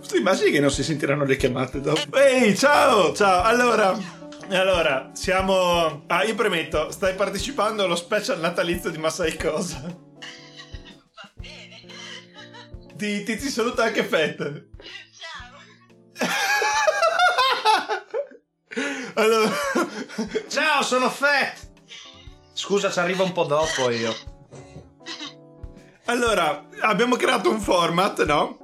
Sto immagini che non si sentiranno le chiamate dopo? Ehi, ciao! Ciao, allora... Allora, siamo... Ah, io premetto, stai partecipando allo special natalizio di Masai Cosa.
Va bene.
Ti, ti, ti saluta anche Fett.
Ciao.
Allora...
Ciao, sono Fett!
Scusa, ci arrivo un po' dopo io.
Allora, abbiamo creato un format, no?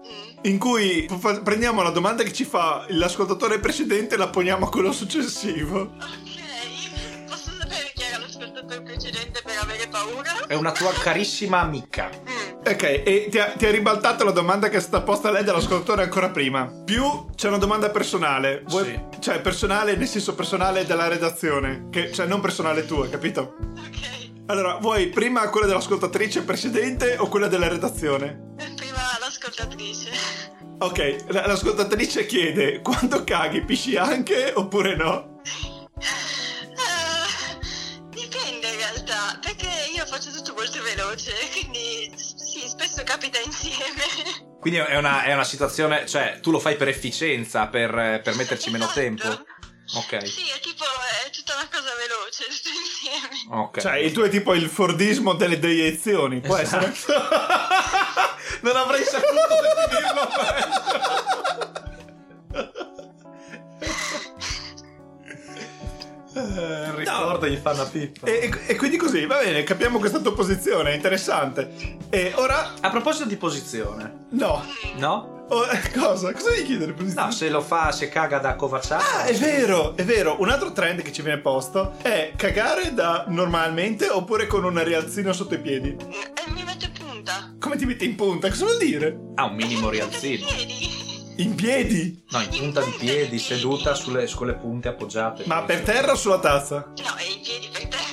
In cui fa- prendiamo la domanda che ci fa l'ascoltatore precedente e la poniamo a quello successivo.
Ok. Posso sapere chi era l'ascoltatore precedente per avere paura?
È una tua carissima amica.
Mm.
Ok, e ti ha, ti ha ribaltato la domanda che è stata posta a lei dall'ascoltatore ancora prima. Più c'è una domanda personale. Vuoi-
Sì.
Cioè, personale nel senso personale della redazione. Che, cioè, non personale tua, capito?
Ok.
Allora, vuoi prima quella dell'ascoltatrice precedente o quella della redazione?
Prima l'ascoltatrice.
Ok, la- l'ascoltatrice chiede quando caghi, pisci anche oppure no?
Eh, dipende in realtà, perché io faccio tutto molto veloce, quindi s- sì, spesso capita insieme.
Quindi è una, è una situazione, cioè tu lo fai per efficienza, per, eh, per metterci meno
Esatto.
tempo. Ok.
Sì, è tipo, è tutta una cosa veloce, tutto insieme.
Ok.
Cioè, il tuo è tipo il fordismo delle deiezioni, può
Esatto.
essere? non avrei saputo definirlo Eh, meglio.
ricordo gli fa una pippa.
E, e- e quindi così, va bene, capiamo questa tua posizione, è interessante. E ora,
A proposito di posizione,
no.
no?
O- cosa? Cosa devi chiedere? posizione?
No, se lo fa, se caga da Kovacic.
Ah, è vero, è vero. Un altro trend che ci viene posto è cagare da normalmente oppure con un rialzino sotto i piedi.
E mi metto in punta.
Come ti metti in punta? Cosa vuol dire?
Ha un minimo
rialzino.
rialzino.
In piedi?
No, in punta di piedi, seduta sulle, su quelle punte appoggiate.
Ma per terra o sulla tazza?
No, e i piedi per terra.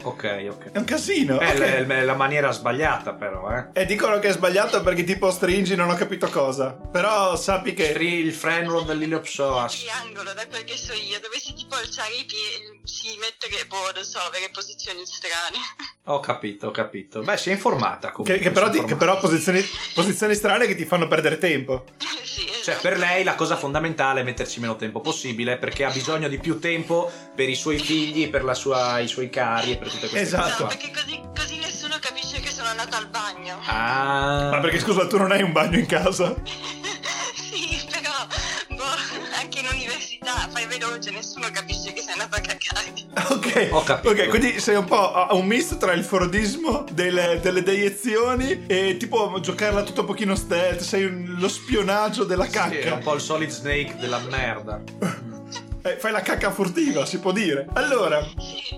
Ok, ok.
È un casino.
È
ok.
la- la, la maniera sbagliata, però, eh.
E dicono che è sbagliato perché tipo stringi, non ho capito cosa. Però sappi che...
Stri- Il frenulo dell'iliopsoas.
triangolo, da quel che so io, dovessi tipo alzare i piedi, si mettere, boh, non so, avere posizioni strane.
Ho capito, ho capito. Beh, si è informata comunque.
Che, che però,
si è
ti- che
informata.
però posizioni, posizioni strane che ti fanno perdere tempo.
sì, esatto.
Cioè, per lei la cosa fondamentale è metterci meno tempo possibile perché ha bisogno di più tempo per i suoi figli, per la sua- i suoi cari e per tutte queste
Esatto.
cose.
No,
qua.
perché così, così nessuno capisce che sono andata al bagno.
Ah,
Ma perché scusa, tu non hai un bagno in casa?
sì, però boh, anche in università fai veloce, nessuno capisce che sei andato a cacare.
Ok,
Ho capito.
ok, quindi sei un po' a- un misto tra il fordismo delle, delle deiezioni e tipo giocarla tutto un pochino stealth, sei un- lo spionaggio della
Sì, è un
cacca.
po' il solid snake della merda.
Eh, fai la cacca furtiva, si può dire. Allora,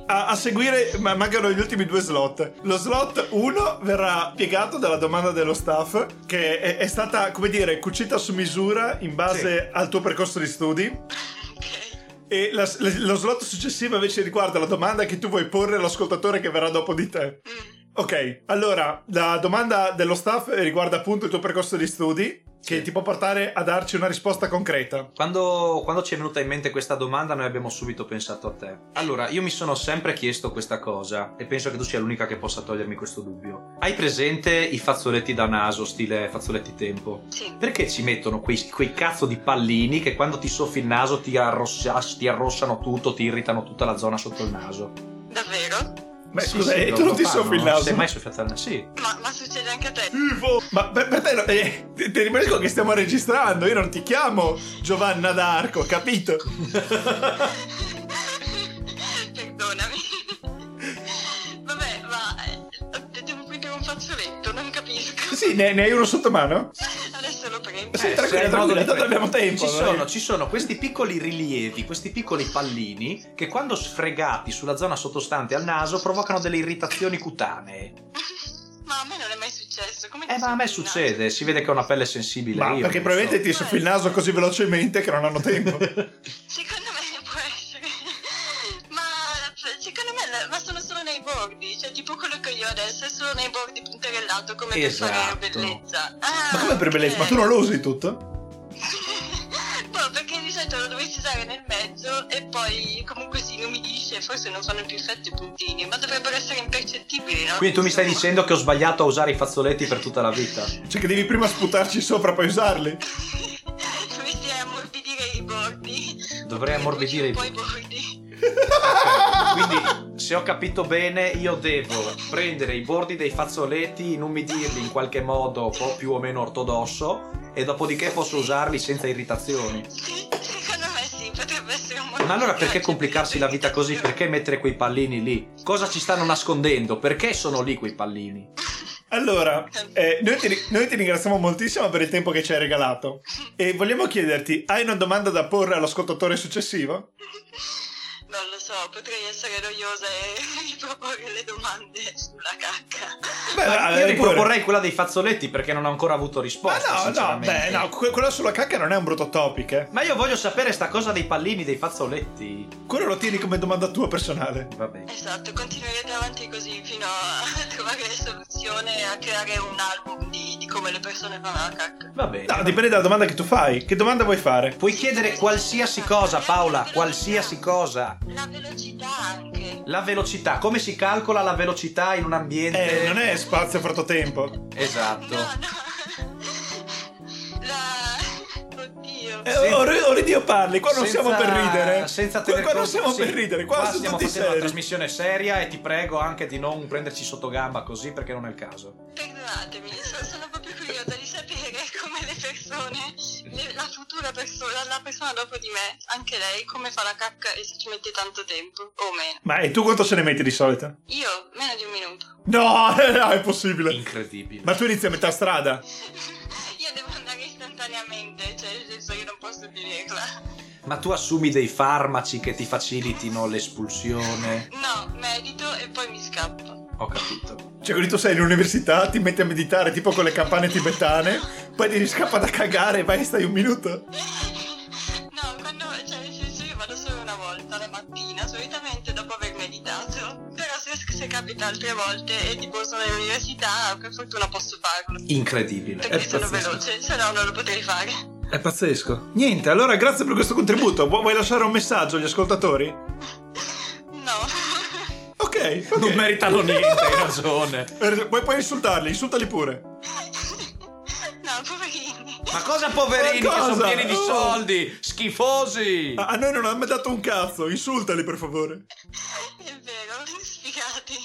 a, a seguire ma- mancano gli ultimi due slot. Lo slot 1 verrà piegato dalla domanda dello staff che è, è stata, come dire, cucita su misura in base al tuo percorso di studi. E la- le- lo slot successivo invece riguarda la domanda che tu vuoi porre all'ascoltatore che verrà dopo di te.
Mm,
Ok, allora la domanda dello staff riguarda appunto il tuo percorso di studi che
Sì.
ti può portare a darci una risposta concreta.
Quando, quando ci è venuta in mente questa domanda, noi abbiamo subito pensato a te. Allora, io mi sono sempre chiesto questa cosa e penso che tu sia l'unica che possa togliermi questo dubbio. Hai presente i fazzoletti da naso, stile fazzoletti tempo?
Sì.
Perché ci mettono quei, quei cazzo di pallini che quando ti soffi il naso ti, arrossas- ti arrossano tutto, ti irritano tutta la zona sotto il naso?
Davvero?
Beh,
Sì,
scusa,
sì,
e
lo-
tu non
lo
ti
fanno,
soffi il
Non sei
naso?
mai soffiato il naso? Sì.
Ma, ma succede anche a te?
Schifo! Ma per, per te, no- eh, ti, ti ripeto che stiamo registrando, io non ti chiamo Giovanna d'Arco, capito?
Perdonami. Vabbè, ma eh, devo prendere un fazzoletto, non capisco.
Sì, ne, ne hai uno sotto mano?
Adesso lo prendo.
Sì,
Eh,
tranquillo,
se hai modo
tranquillo,
di
tanto
pre-
abbiamo tempo.
Ci
non è-
sono, ci sono questi piccoli rilievi, questi piccoli pallini che quando sfregati sulla zona sottostante al naso provocano delle irritazioni cutanee.
Ma a me non è mai successo. Come
Eh,
ti
ma a me
senti?
succede, si vede che ho una pelle sensibile.
Ma
io,
perché
non so.
probabilmente ti soffi il naso così velocemente che non hanno tempo.
Secondo me può essere. Ma secondo me la- ma sono solo nei bordi, cioè tipo quello che io adesso è solo nei bordi punterellato come
Esatto.
per fare bellezza. Ah,
Ma come per bellezza? Ma tu non lo usi tutto?
No, Boh, perché di solito lo dovresti usare nel mezzo e poi comunque si inumidisce, forse non fanno più effetto i puntini, ma dovrebbero essere impercettibili, no?
Quindi tu mi stai
Insomma.
dicendo che ho sbagliato a usare i fazzoletti per tutta la vita?
Cioè che devi prima sputarci sopra poi usarli?
Dovrei ammorbidire i
un po' i
buchi.
bordi.
Quindi, se ho capito bene, io devo prendere i bordi dei fazzoletti, inumidirli in qualche modo un po' più o meno ortodosso, e dopodiché posso usarli senza irritazioni.
Sì, secondo me sì, potrebbe essere un modo.
Ma allora
di
perché
proteggere
complicarsi la vita così? Perché mettere quei pallini lì? Cosa ci stanno nascondendo? Perché sono lì quei pallini?
Allora, eh, noi, ti, ri- noi ti ringraziamo moltissimo per il tempo che ci hai regalato e vogliamo chiederti, hai una domanda da porre all'ascoltatore successivo?
Non lo so, potrei essere noiosa e riproporre le domande sulla cacca.
Beh,
Ma
va,
io
dai, Ah, eh, pure.
riproporrei quella dei fazzoletti perché non ho ancora avuto
Ma
risposta.
Ah, no, no,
sinceramente.
beh, no, que- quello sulla cacca non è un brutto topic, eh.
Ma io voglio sapere sta cosa dei pallini dei fazzoletti.
Quello lo tieni come domanda tua personale.
Vabbè.
Esatto, continuerete avanti così fino a trovare le soluzioni e a creare un album di, di come le persone fanno la cacca.
Va bene.
No, dipende dalla domanda che tu fai. Che domanda vuoi fare?
Puoi chiedere qualsiasi cosa, Paola, qualsiasi cosa.
La velocità anche.
La velocità, come si calcola la velocità in un ambiente?
Eh, non è spazio fratto tempo.
Esatto.
No, no. La... Oddio.
Eh, or- or- Dio parli, qua non
Senza-
siamo per ridere.
Senza
qua
tener
qua non
conto-
siamo
sì,
per ridere, qua, sono
stiamo
tutti
facendo una
seri.
trasmissione seria e ti prego anche di non prenderci sotto gamba così perché non è il caso.
Perdonatemi, sono, sono proprio curiosa di sapere come le persone, le- la futura persona, la persona dopo di me, anche lei, come fa la cacca e se ci mette tanto tempo o meno.
Ma e tu quanto ce ne metti di solito?
Io, meno di un minuto.
No, no, è possibile.
Incredibile.
Ma tu inizi a metà strada.
Io devo andare istantaneamente, cioè nel senso io non posso tenerla.
Ma tu assumi dei farmaci che ti facilitino l'espulsione?
No, medito e poi mi scappo.
Ho capito.
Cioè, quindi tu sei all'università, ti metti a meditare tipo con le campane tibetane, poi ti scappa da cagare e vai stai un minuto.
No, quando, cioè nel senso io vado solo una volta la mattina, solitamente dopo aver meditato. Però se, se capita altre volte e tipo sono all'università, per fortuna posso farlo.
Incredibile.
Perché sono veloce, se no non lo potrei fare.
È pazzesco. Niente, allora grazie per questo contributo. Vu- Vuoi lasciare un messaggio agli ascoltatori?
No.
Ok, ok.
Non meritano niente, hai ragione.
Eh, Puoi, puoi insultarli, insultali pure.
No, poverini.
Ma cosa poverini
Ma
che sono
cosa?
pieni di
Oh.
soldi? Schifosi.
A, a noi non hanno mai dato un cazzo, insultali per favore.
È vero, sfigati.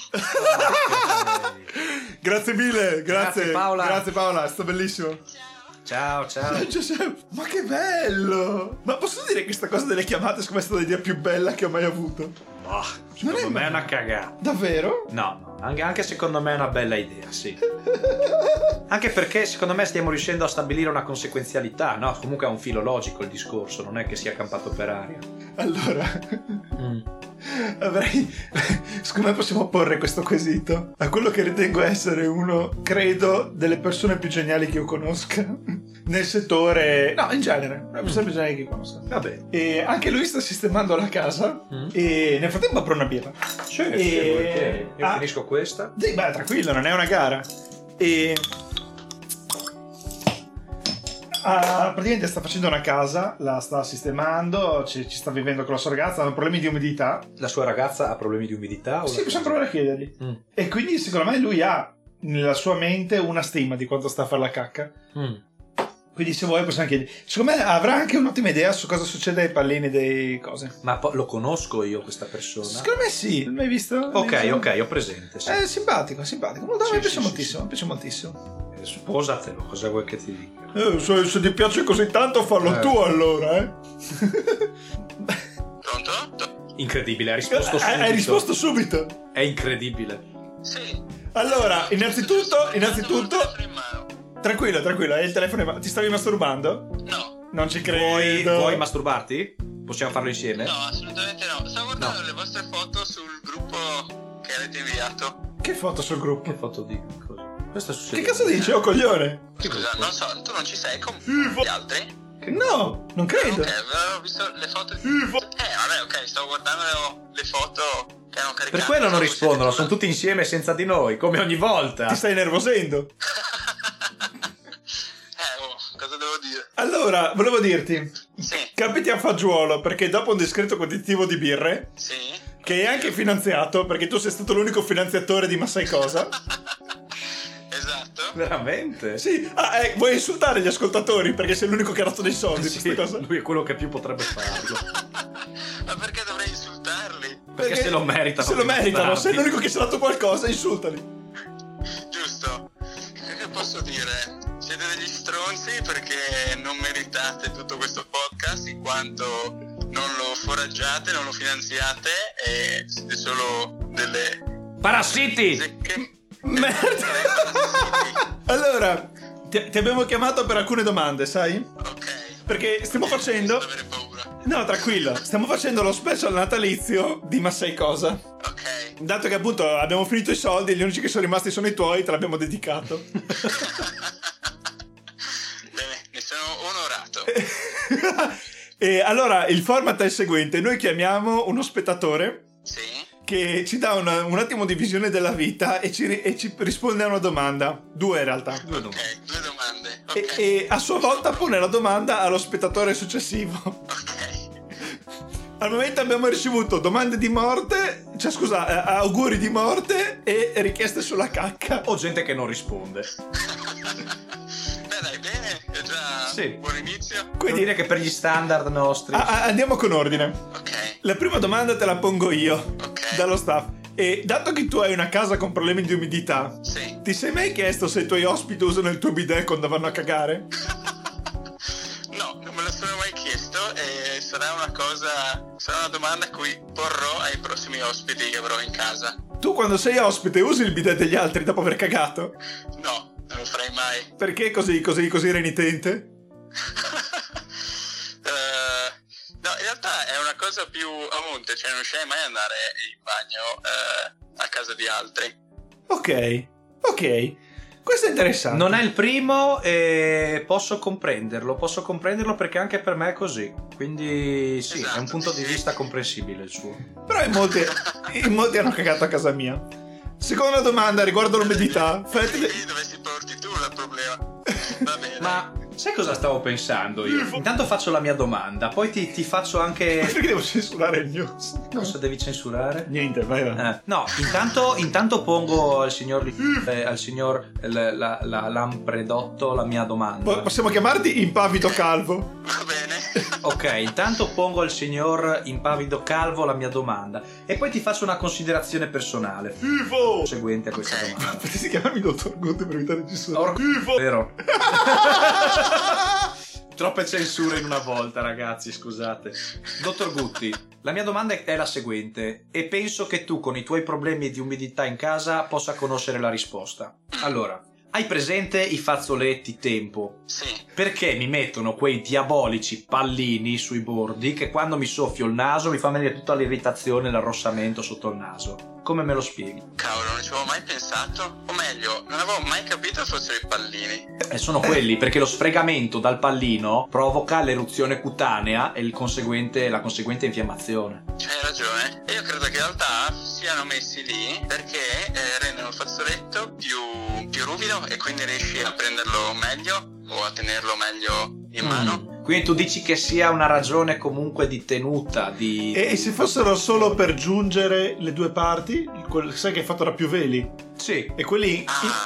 Grazie mille, grazie.
Grazie, Paola.
Grazie Paola, è stato bellissimo.
Ciao.
Ciao, ciao.
Giuseppe, ma che bello! Ma posso dire che questa cosa delle chiamate secondo me è stata l'idea più bella che ho mai avuto?
Boh,
Non è
secondo me è una cagata.
Davvero?
No, no, anche, anche secondo me è una bella idea, sì. Anche perché secondo me stiamo riuscendo a stabilire una conseguenzialità, no? Comunque è un filo logico il discorso, non è che sia campato per aria.
Allora,
Mm.
avrei... Secondo me possiamo porre questo quesito a quello che ritengo essere uno, credo, delle persone più geniali che io conosca. Nel settore... No, in genere. La persona più geniale che io conosca.
Mm. Vabbè.
E anche lui sta sistemando la casa
Mm.
e nel frattempo apre una birra.
Sì,
E-
Cioè, sì, volentieri. Io
Ah.
finisco questa.
Sì, beh, tranquillo, non è una gara. E. Ah, praticamente sta facendo una casa, la sta sistemando, ci, ci sta vivendo con la sua ragazza, hanno problemi di umidità.
La sua ragazza ha problemi di umidità? o
sì,
la-
possiamo provare a chiedergli.
Oh, Mm.
E quindi, secondo me, lui ha nella sua mente una stima di quanto sta a fare la cacca.
Mm.
Quindi, se vuoi, possiamo chiedergli. Secondo me, avrà anche un'ottima idea su cosa succede ai pallini dei cose.
Ma po- lo conosco io questa persona?
Secondo me, sì. L'hai visto?
Ok, ok, ho presente. Sì.
È simpatico, simpatico. No, dai,
Sì,
mi piace
sì, sì,
moltissimo,
sì.
mi piace moltissimo.
Eh, Sposatelo, cosa vuoi che ti dica?
Eh, se, se ti piace così tanto, fallo
Eh.
tu allora, eh.
Pronto?
Incredibile, hai risposto
Eh,
subito.
Hai risposto subito.
È incredibile.
Sì.
Allora, innanzitutto, innanzitutto,
Ho il telefono in mano.
tranquillo, tranquillo, hai il telefono in mano. Ti stavi masturbando?
No,
Non ci
Vuoi,
credo.
vuoi masturbarti? Possiamo farlo insieme?
no, assolutamente no. Stavo guardando le vostre foto sul gruppo che avete inviato.
Che foto sul
Che
gruppo?
foto di cosa? Cosa
Che
sta succedendo?
cazzo dici, oh coglione?
Scusa, Esatto, non so, tu non ci sei con
Vivo.
gli altri?
No, non credo.
Ok, avevo visto le foto di...
Vivo.
Eh, vabbè, ok, stavo guardando le foto che erano caricate.
Per quello non
Stavo
rispondono,
cercando-
sono tutti insieme senza di noi, come ogni volta.
Ti stai nervosendo.
Eh, oh, cosa devo dire?
Allora, volevo dirti,
Sì,
capiti a fagiolo perché dopo un discreto quantitativo di birre,
sì.
che è anche finanziato, perché tu sei stato l'unico finanziatore di ma sai cosa,
esatto.
Veramente?
Sì, ah, eh, vuoi insultare gli ascoltatori perché sei l'unico che ha dato dei soldi
Sì,
questa cosa?
lui è quello che più potrebbe farlo.
Ma perché dovrei insultarli?
Perché se lo meritano,
Se lo meritano,
bastardi.
sei l'unico che si è dato qualcosa, insultali.
Giusto. Che che posso dire? Siete degli stronzi perché non meritate tutto questo podcast in quanto non lo foraggiate, non lo finanziate e siete solo delle
Parassiti!
zecche.
Merda. Allora, ti, ti abbiamo chiamato per alcune domande, sai?
ok.
Perché stiamo facendo...
Posso avere paura.
No, tranquillo, stiamo facendo lo special natalizio di Ma sai cosa?
Ok.
Dato che appunto abbiamo finito i soldi, gli unici che sono rimasti sono i tuoi, te l'abbiamo dedicato.
Bene, ne sono onorato.
Eh.
e allora, il format è il seguente, noi chiamiamo uno spettatore
Sì?
che ci dà una- un attimo di visione della vita e ci, ri- e ci risponde a una domanda, due in realtà.
Due domande.
Ok, due domande.
Eh,
Ok.
E, e a sua volta pone la domanda allo spettatore successivo.
Ok.
Al momento abbiamo ricevuto domande di morte, cioè scusa, eh, auguri di morte e richieste sulla cacca.
O gente che non risponde.
Beh dai, bene. È già
Sì.
buon inizio.
Vuol
Quindi
dire che per gli standard nostri...
a- a- andiamo con ordine.
Ok.
La prima domanda te la pongo io,
Ok.
dallo staff. E dato che tu hai una casa con problemi di umidità,
Sì.
ti sei mai chiesto se i tuoi ospiti usano il tuo bidet quando vanno a cagare?
No, non me lo sono mai chiesto e sarà una cosa, sarà una domanda a cui porrò ai prossimi ospiti che avrò in casa.
Tu quando sei ospite usi il bidet degli altri dopo aver cagato?
No, non lo farei mai.
Perché così, così, così renitente?
Eh, no, in realtà è una cosa più a monte, cioè non riuscirei mai ad andare in bagno eh, a casa di altri.
Ok, ok. Questo è interessante.
Non è il primo e posso comprenderlo, posso comprenderlo perché anche per me è così. Quindi sì,
Esatto,
è un punto di
sì.
vista comprensibile il suo.
Però in molti, in molti hanno cagato a casa mia. Seconda domanda riguardo l'umidità. Fate
Lì dovessi porti tu il problema. Va bene.
Ma sai cosa stavo pensando io? Intanto faccio la mia domanda, poi ti, ti faccio anche...
Perché devo censurare il news?
Cosa devi censurare?
Niente, vai vai.
Eh, no, intanto, intanto pongo al signor, eh, al signor eh, la, la- la- Lampredotto la mia
Po-
domanda.
Possiamo chiamarti impavido calvo?
Va bene.
Ok, intanto pongo al signor Impavido Calvo la mia domanda e poi ti faccio una considerazione personale
Vivo!
seguente a questa
Ok.
domanda.
Potresti chiamarmi dottor Gotti per evitare il censura?
Orgifo! Vero. Troppe censure in una volta, ragazzi, scusate. Dottor Gutti, la mia domanda è la seguente e penso che tu con i tuoi problemi di umidità in casa possa conoscere la risposta. Allora, hai presente i fazzoletti tempo?
Sì.
Perché mi mettono quei diabolici pallini sui bordi che quando mi soffio il naso mi fa venire tutta l'irritazione e l'arrossamento sotto il naso? Come me lo spieghi?
Cavolo, non ci avevo mai pensato. O meglio, non avevo mai capito fossero i pallini.
E Eh, sono quelli perché lo sfregamento dal pallino provoca l'eruzione cutanea e il conseguente- la conseguente infiammazione.
C'hai ragione. E Io credo che in realtà siano messi lì perché eh, rendono il fazzoletto più, più ruvido e quindi riesci a prenderlo meglio o a tenerlo meglio
Mm.
in mano.
Quindi tu dici che sia una ragione comunque di tenuta, di...
E se fossero solo per giungere le due parti, quel- sai che è fatto da più veli?
Sì.
E quelli in-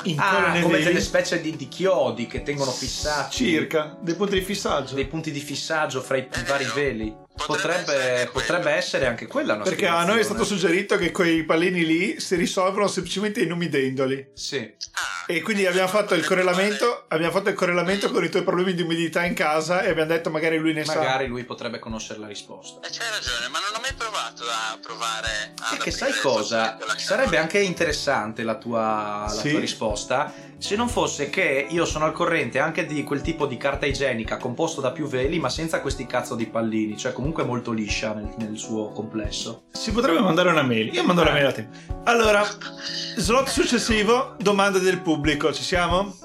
in- incollano
Ah,
nei
come
veli?
delle specie di, di chiodi che tengono fissati...
Circa, dei punti di fissaggio.
Dei punti di fissaggio fra i
Eh,
vari
no.
veli.
Potrebbe essere
Potrebbe,
quello.
potrebbe essere anche quella una
Perché a noi è stato
spiegazione.
suggerito che quei pallini lì si risolvono semplicemente inumidendoli.
Sì.
Ah,
E quindi abbiamo fatto il correlamento, abbiamo fatto il correlamento con i tuoi problemi di umidità in casa e abbiamo detto magari lui ne
Magari lui potrebbe conoscere la risposta.
Eh, c'hai ragione, ma non ho mai provato a provare a.
Perché sai cosa? Sarebbe anche interessante la tua, la
Sì.
tua risposta se non fosse che io sono al corrente anche di quel tipo di carta igienica composto da più veli ma senza questi cazzo di pallini, cioè comunque molto liscia nel, nel suo complesso.
sa. Si potrebbe mandare una mail. Io mando una mail a te. Allora, slot successivo, domande del pubblico. Ci siamo?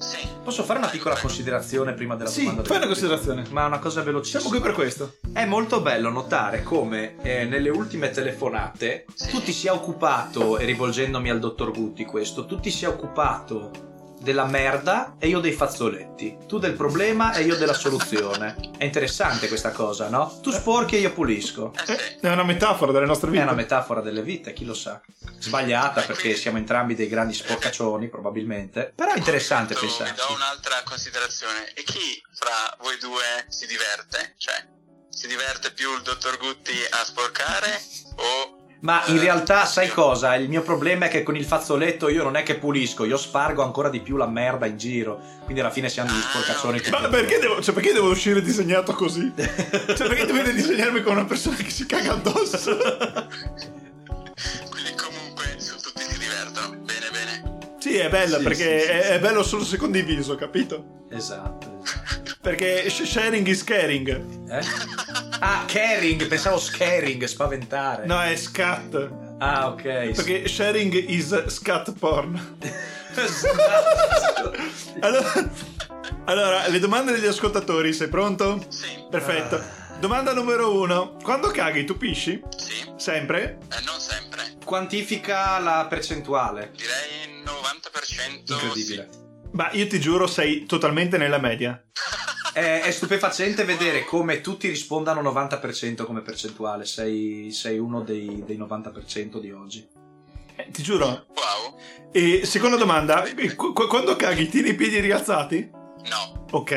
Sì.
Posso fare una piccola considerazione prima della
Sì,
domanda? del
fai una
pubblico?
considerazione.
Ma una cosa velocissima.
Siamo qui per questo.
È molto bello notare come eh, nelle ultime telefonate tu ti sia occupato, e rivolgendomi al dottor Gutti questo, tu ti sia occupato della merda e io dei fazzoletti. Tu del problema e io della soluzione. È interessante questa cosa, no? Tu sporchi e io pulisco.
Eh, È una metafora delle nostre
È
vite.
una metafora delle vite, chi lo sa. Sbagliata perché siamo entrambi dei grandi sporcaccioni, probabilmente. Però è interessante
Appunto, Vi do
pensarci.
un'altra considerazione. E chi fra voi due si diverte? Cioè, si diverte più il dottor Gutti a sporcare o... eh,
Ma in realtà, sai cosa? Il mio problema è che con il fazzoletto io non è che pulisco, io spargo ancora di più la merda in giro. Quindi alla fine siamo degli sporcaccioni.
Ah,
tutti
Ma
e
perché devo, cioè, perché devo uscire disegnato così? Cioè, perché dovete disegnarmi come una persona che si caga addosso?
Quindi comunque su tutti si divertono. Bene, bene.
Sì, è bella
Sì,
perché
sì, sì,
è,
sì.
è bello solo se condiviso, capito?
due. Esatto.
Perché sh- sharing is caring.
Eh? Ah, caring, pensavo scaring, spaventare.
No, è scat.
Ah, ok.
Perché sharing is scat porn.
Esatto.
Allora, allora, le domande degli ascoltatori, sei pronto?
Sì,
Perfetto.
Ah.
Domanda numero uno. Quando caghi tu pisci?
sì.
Sempre?
Eh, non sempre.
Quantifica la percentuale.
Direi 90%.
Incredibile.
Ma io ti giuro sei totalmente nella media.
È, è stupefacente vedere come tutti rispondano 90% come percentuale. Sei, sei uno dei, dei 90% di oggi.
Eh, ti giuro.
sì. Wow.
E seconda domanda, eh, qu- qu- quando caghi tieni i piedi rialzati?
No.
Ok.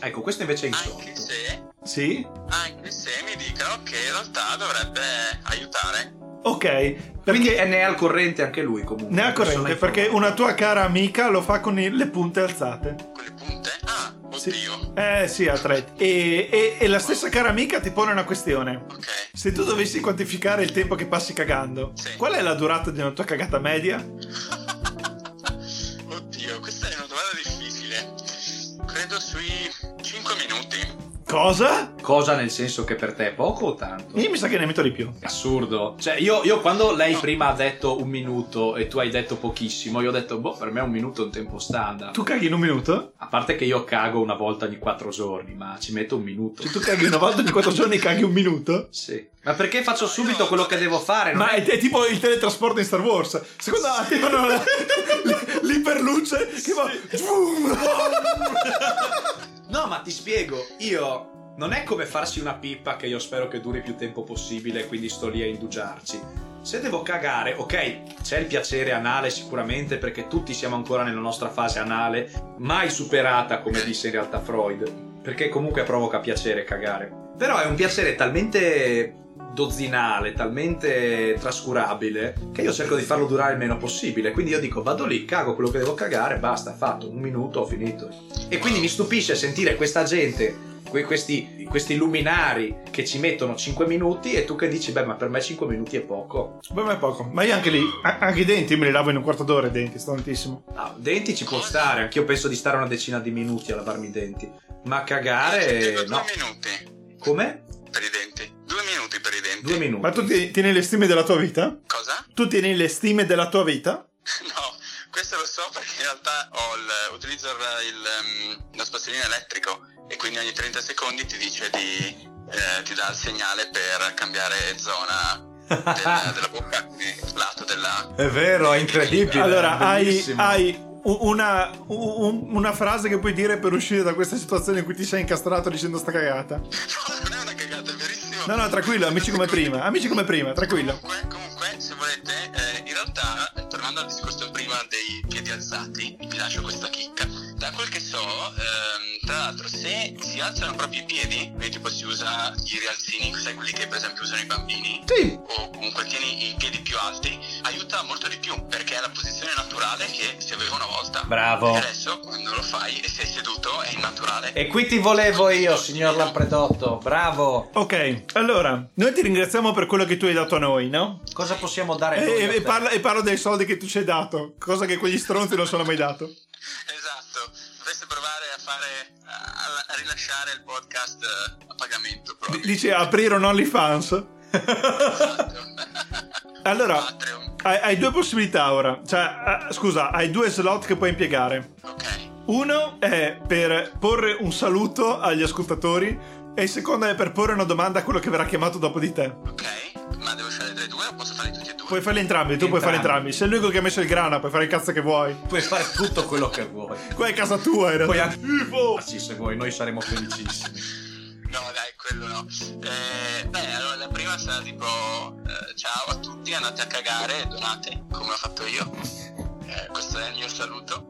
Ecco, questo invece è
Anche
insolito.
se,
Sì.
anche se mi dicono che in realtà dovrebbe aiutare.
Ok.
Quindi
Perché
è ne è al corrente anche lui comunque.
ne ha corrente
Persona
perché
informata.
una tua cara amica lo fa con i- le punte alzate.
Con le punte? Ah,
Sì.
oddio.
Eh sì, atleti. E, e- e la stessa cara amica ti pone una questione.
Ok.
Se tu dovessi quantificare il tempo che passi cagando,
Sì.
qual è la durata di una tua cagata media?
Oddio, questa è una domanda difficile. Credo sui 5 minuti.
Cosa?
Cosa nel senso che per te è poco o tanto?
Io mi sa che ne metto di più.
Assurdo. Cioè, io, io quando lei prima ha detto un minuto e tu hai detto pochissimo, io ho detto, boh, per me un minuto è un tempo standard.
Tu caghi in un minuto?
A parte che io cago una volta ogni quattro giorni, ma ci metto un minuto.
Cioè tu caghi una volta ogni quattro giorni caghi un minuto?
Sì. Ma perché faccio subito quello che devo fare? non
Ma
è-
è, è tipo il teletrasporto in Star Wars. Secondo me attivano la- l- l'iperluce che va.
No, ma ti spiego, io. Non è come farsi una pippa che io spero che duri più tempo possibile, quindi sto lì a indugiarci. Se devo cagare, ok, c'è il piacere anale sicuramente perché tutti siamo ancora nella nostra fase anale, mai superata come disse in realtà Freud, perché comunque provoca piacere cagare. Però è un piacere talmente dozzinale, talmente trascurabile, che io cerco di farlo durare il meno possibile. Quindi io dico vado lì, cago quello che devo cagare, basta, fatto, un minuto, ho finito. E quindi mi stupisce sentire questa gente, que- questi, questi luminari che ci mettono 5 minuti e tu che dici, beh, ma per me 5 minuti è poco.
Beh, ma è poco. Ma io anche lì, a- anche i denti, io me li lavo in un quarto d'ora i denti, sto tantissimo.
Ah, denti ci può stare, anch'io penso di stare una decina di minuti a lavarmi i denti. Ma
Dico
cagare,
due
no.
minuti
Come?
per i denti. Due minuti per i denti.
Due minuti.
Ma tu ti- tieni le stime della tua vita?
Cosa?
Tu tieni le stime della tua vita?
No, questo lo so perché in realtà ho il- utilizzo il- il, um, lo spazzolino elettrico e quindi ogni 30 secondi ti dice di... eh, ti dà il segnale per cambiare zona del- della bocca, quindi lato della...
È vero, è incredibile.
allora, hai,
bellissimo.
hai u- una, u- un- una frase che puoi dire per uscire da questa situazione in cui ti sei incastrato dicendo sta cagata.
No, non è una cagata, è verissimo.
No, no, tranquillo, amici come prima. Amici come prima, tranquillo.
Comunque, comunque, se volete, eh, in realtà, tornando al discorso prima dei piedi alzati, vi lascio questa chicca. Da quel che so, ehm, tra l'altro, se si alzano proprio i piedi, quindi tipo si usa i rialzini, sai quelli che per esempio usano i bambini,
Sì.
o comunque tieni i piedi più alti, aiuta molto di più, perché è la posizione naturale che si aveva una volta.
Bravo.
E adesso, quando lo fai e sei seduto, è innaturale.
E qui ti volevo io, signor Lampredotto. Bravo.
Ok, allora, noi ti ringraziamo per quello che tu hai dato a noi, no?
Cosa possiamo dare noi
E,
a
e
te?
parla, e parla dei soldi che tu ci hai dato, cosa che quegli stronzi non sono mai dato.
Esatto, dovreste provare a fare a, a rilasciare il podcast eh, a pagamento proprio.
Dice aprire un OnlyFans.
Esatto.
Allora,
Patreon.
hai, hai due possibilità ora. Cioè, ah, scusa, hai due slot che puoi impiegare.
Ok.
Uno è per porre un saluto agli ascoltatori e il secondo è per porre una domanda a quello che verrà chiamato dopo di te.
Ok, ma devo fare tra i due o posso fare tutti e due?
Puoi farli entrambi, tu puoi fare entrambi. Sei l'unico che ha messo il grana, puoi fare il cazzo che vuoi.
Puoi fare tutto quello che vuoi.
Qua è casa tua, in
Puoi
realtà.
anche
Oh,
rifarci se vuoi, noi saremo felicissimi.
No, dai, quello no. Eh, beh, allora la prima sarà tipo eh, ciao a tutti, andate a cagare e donate, come ho fatto io. Eh, questo è il mio saluto.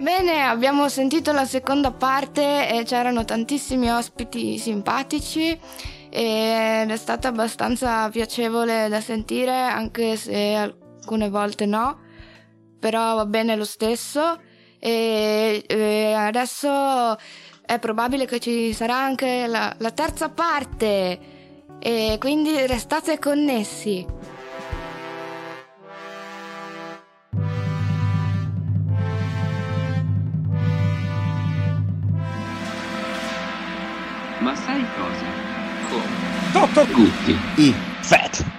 Bene, abbiamo sentito la seconda parte e c'erano tantissimi ospiti simpatici ed è stato abbastanza piacevole da sentire, anche se alcune volte no, però va bene lo stesso. E, e adesso è probabile che ci sarà anche la, la terza parte e quindi restate connessi.
Ma sai cosa? Come? Dottor Gutti. I. Fat.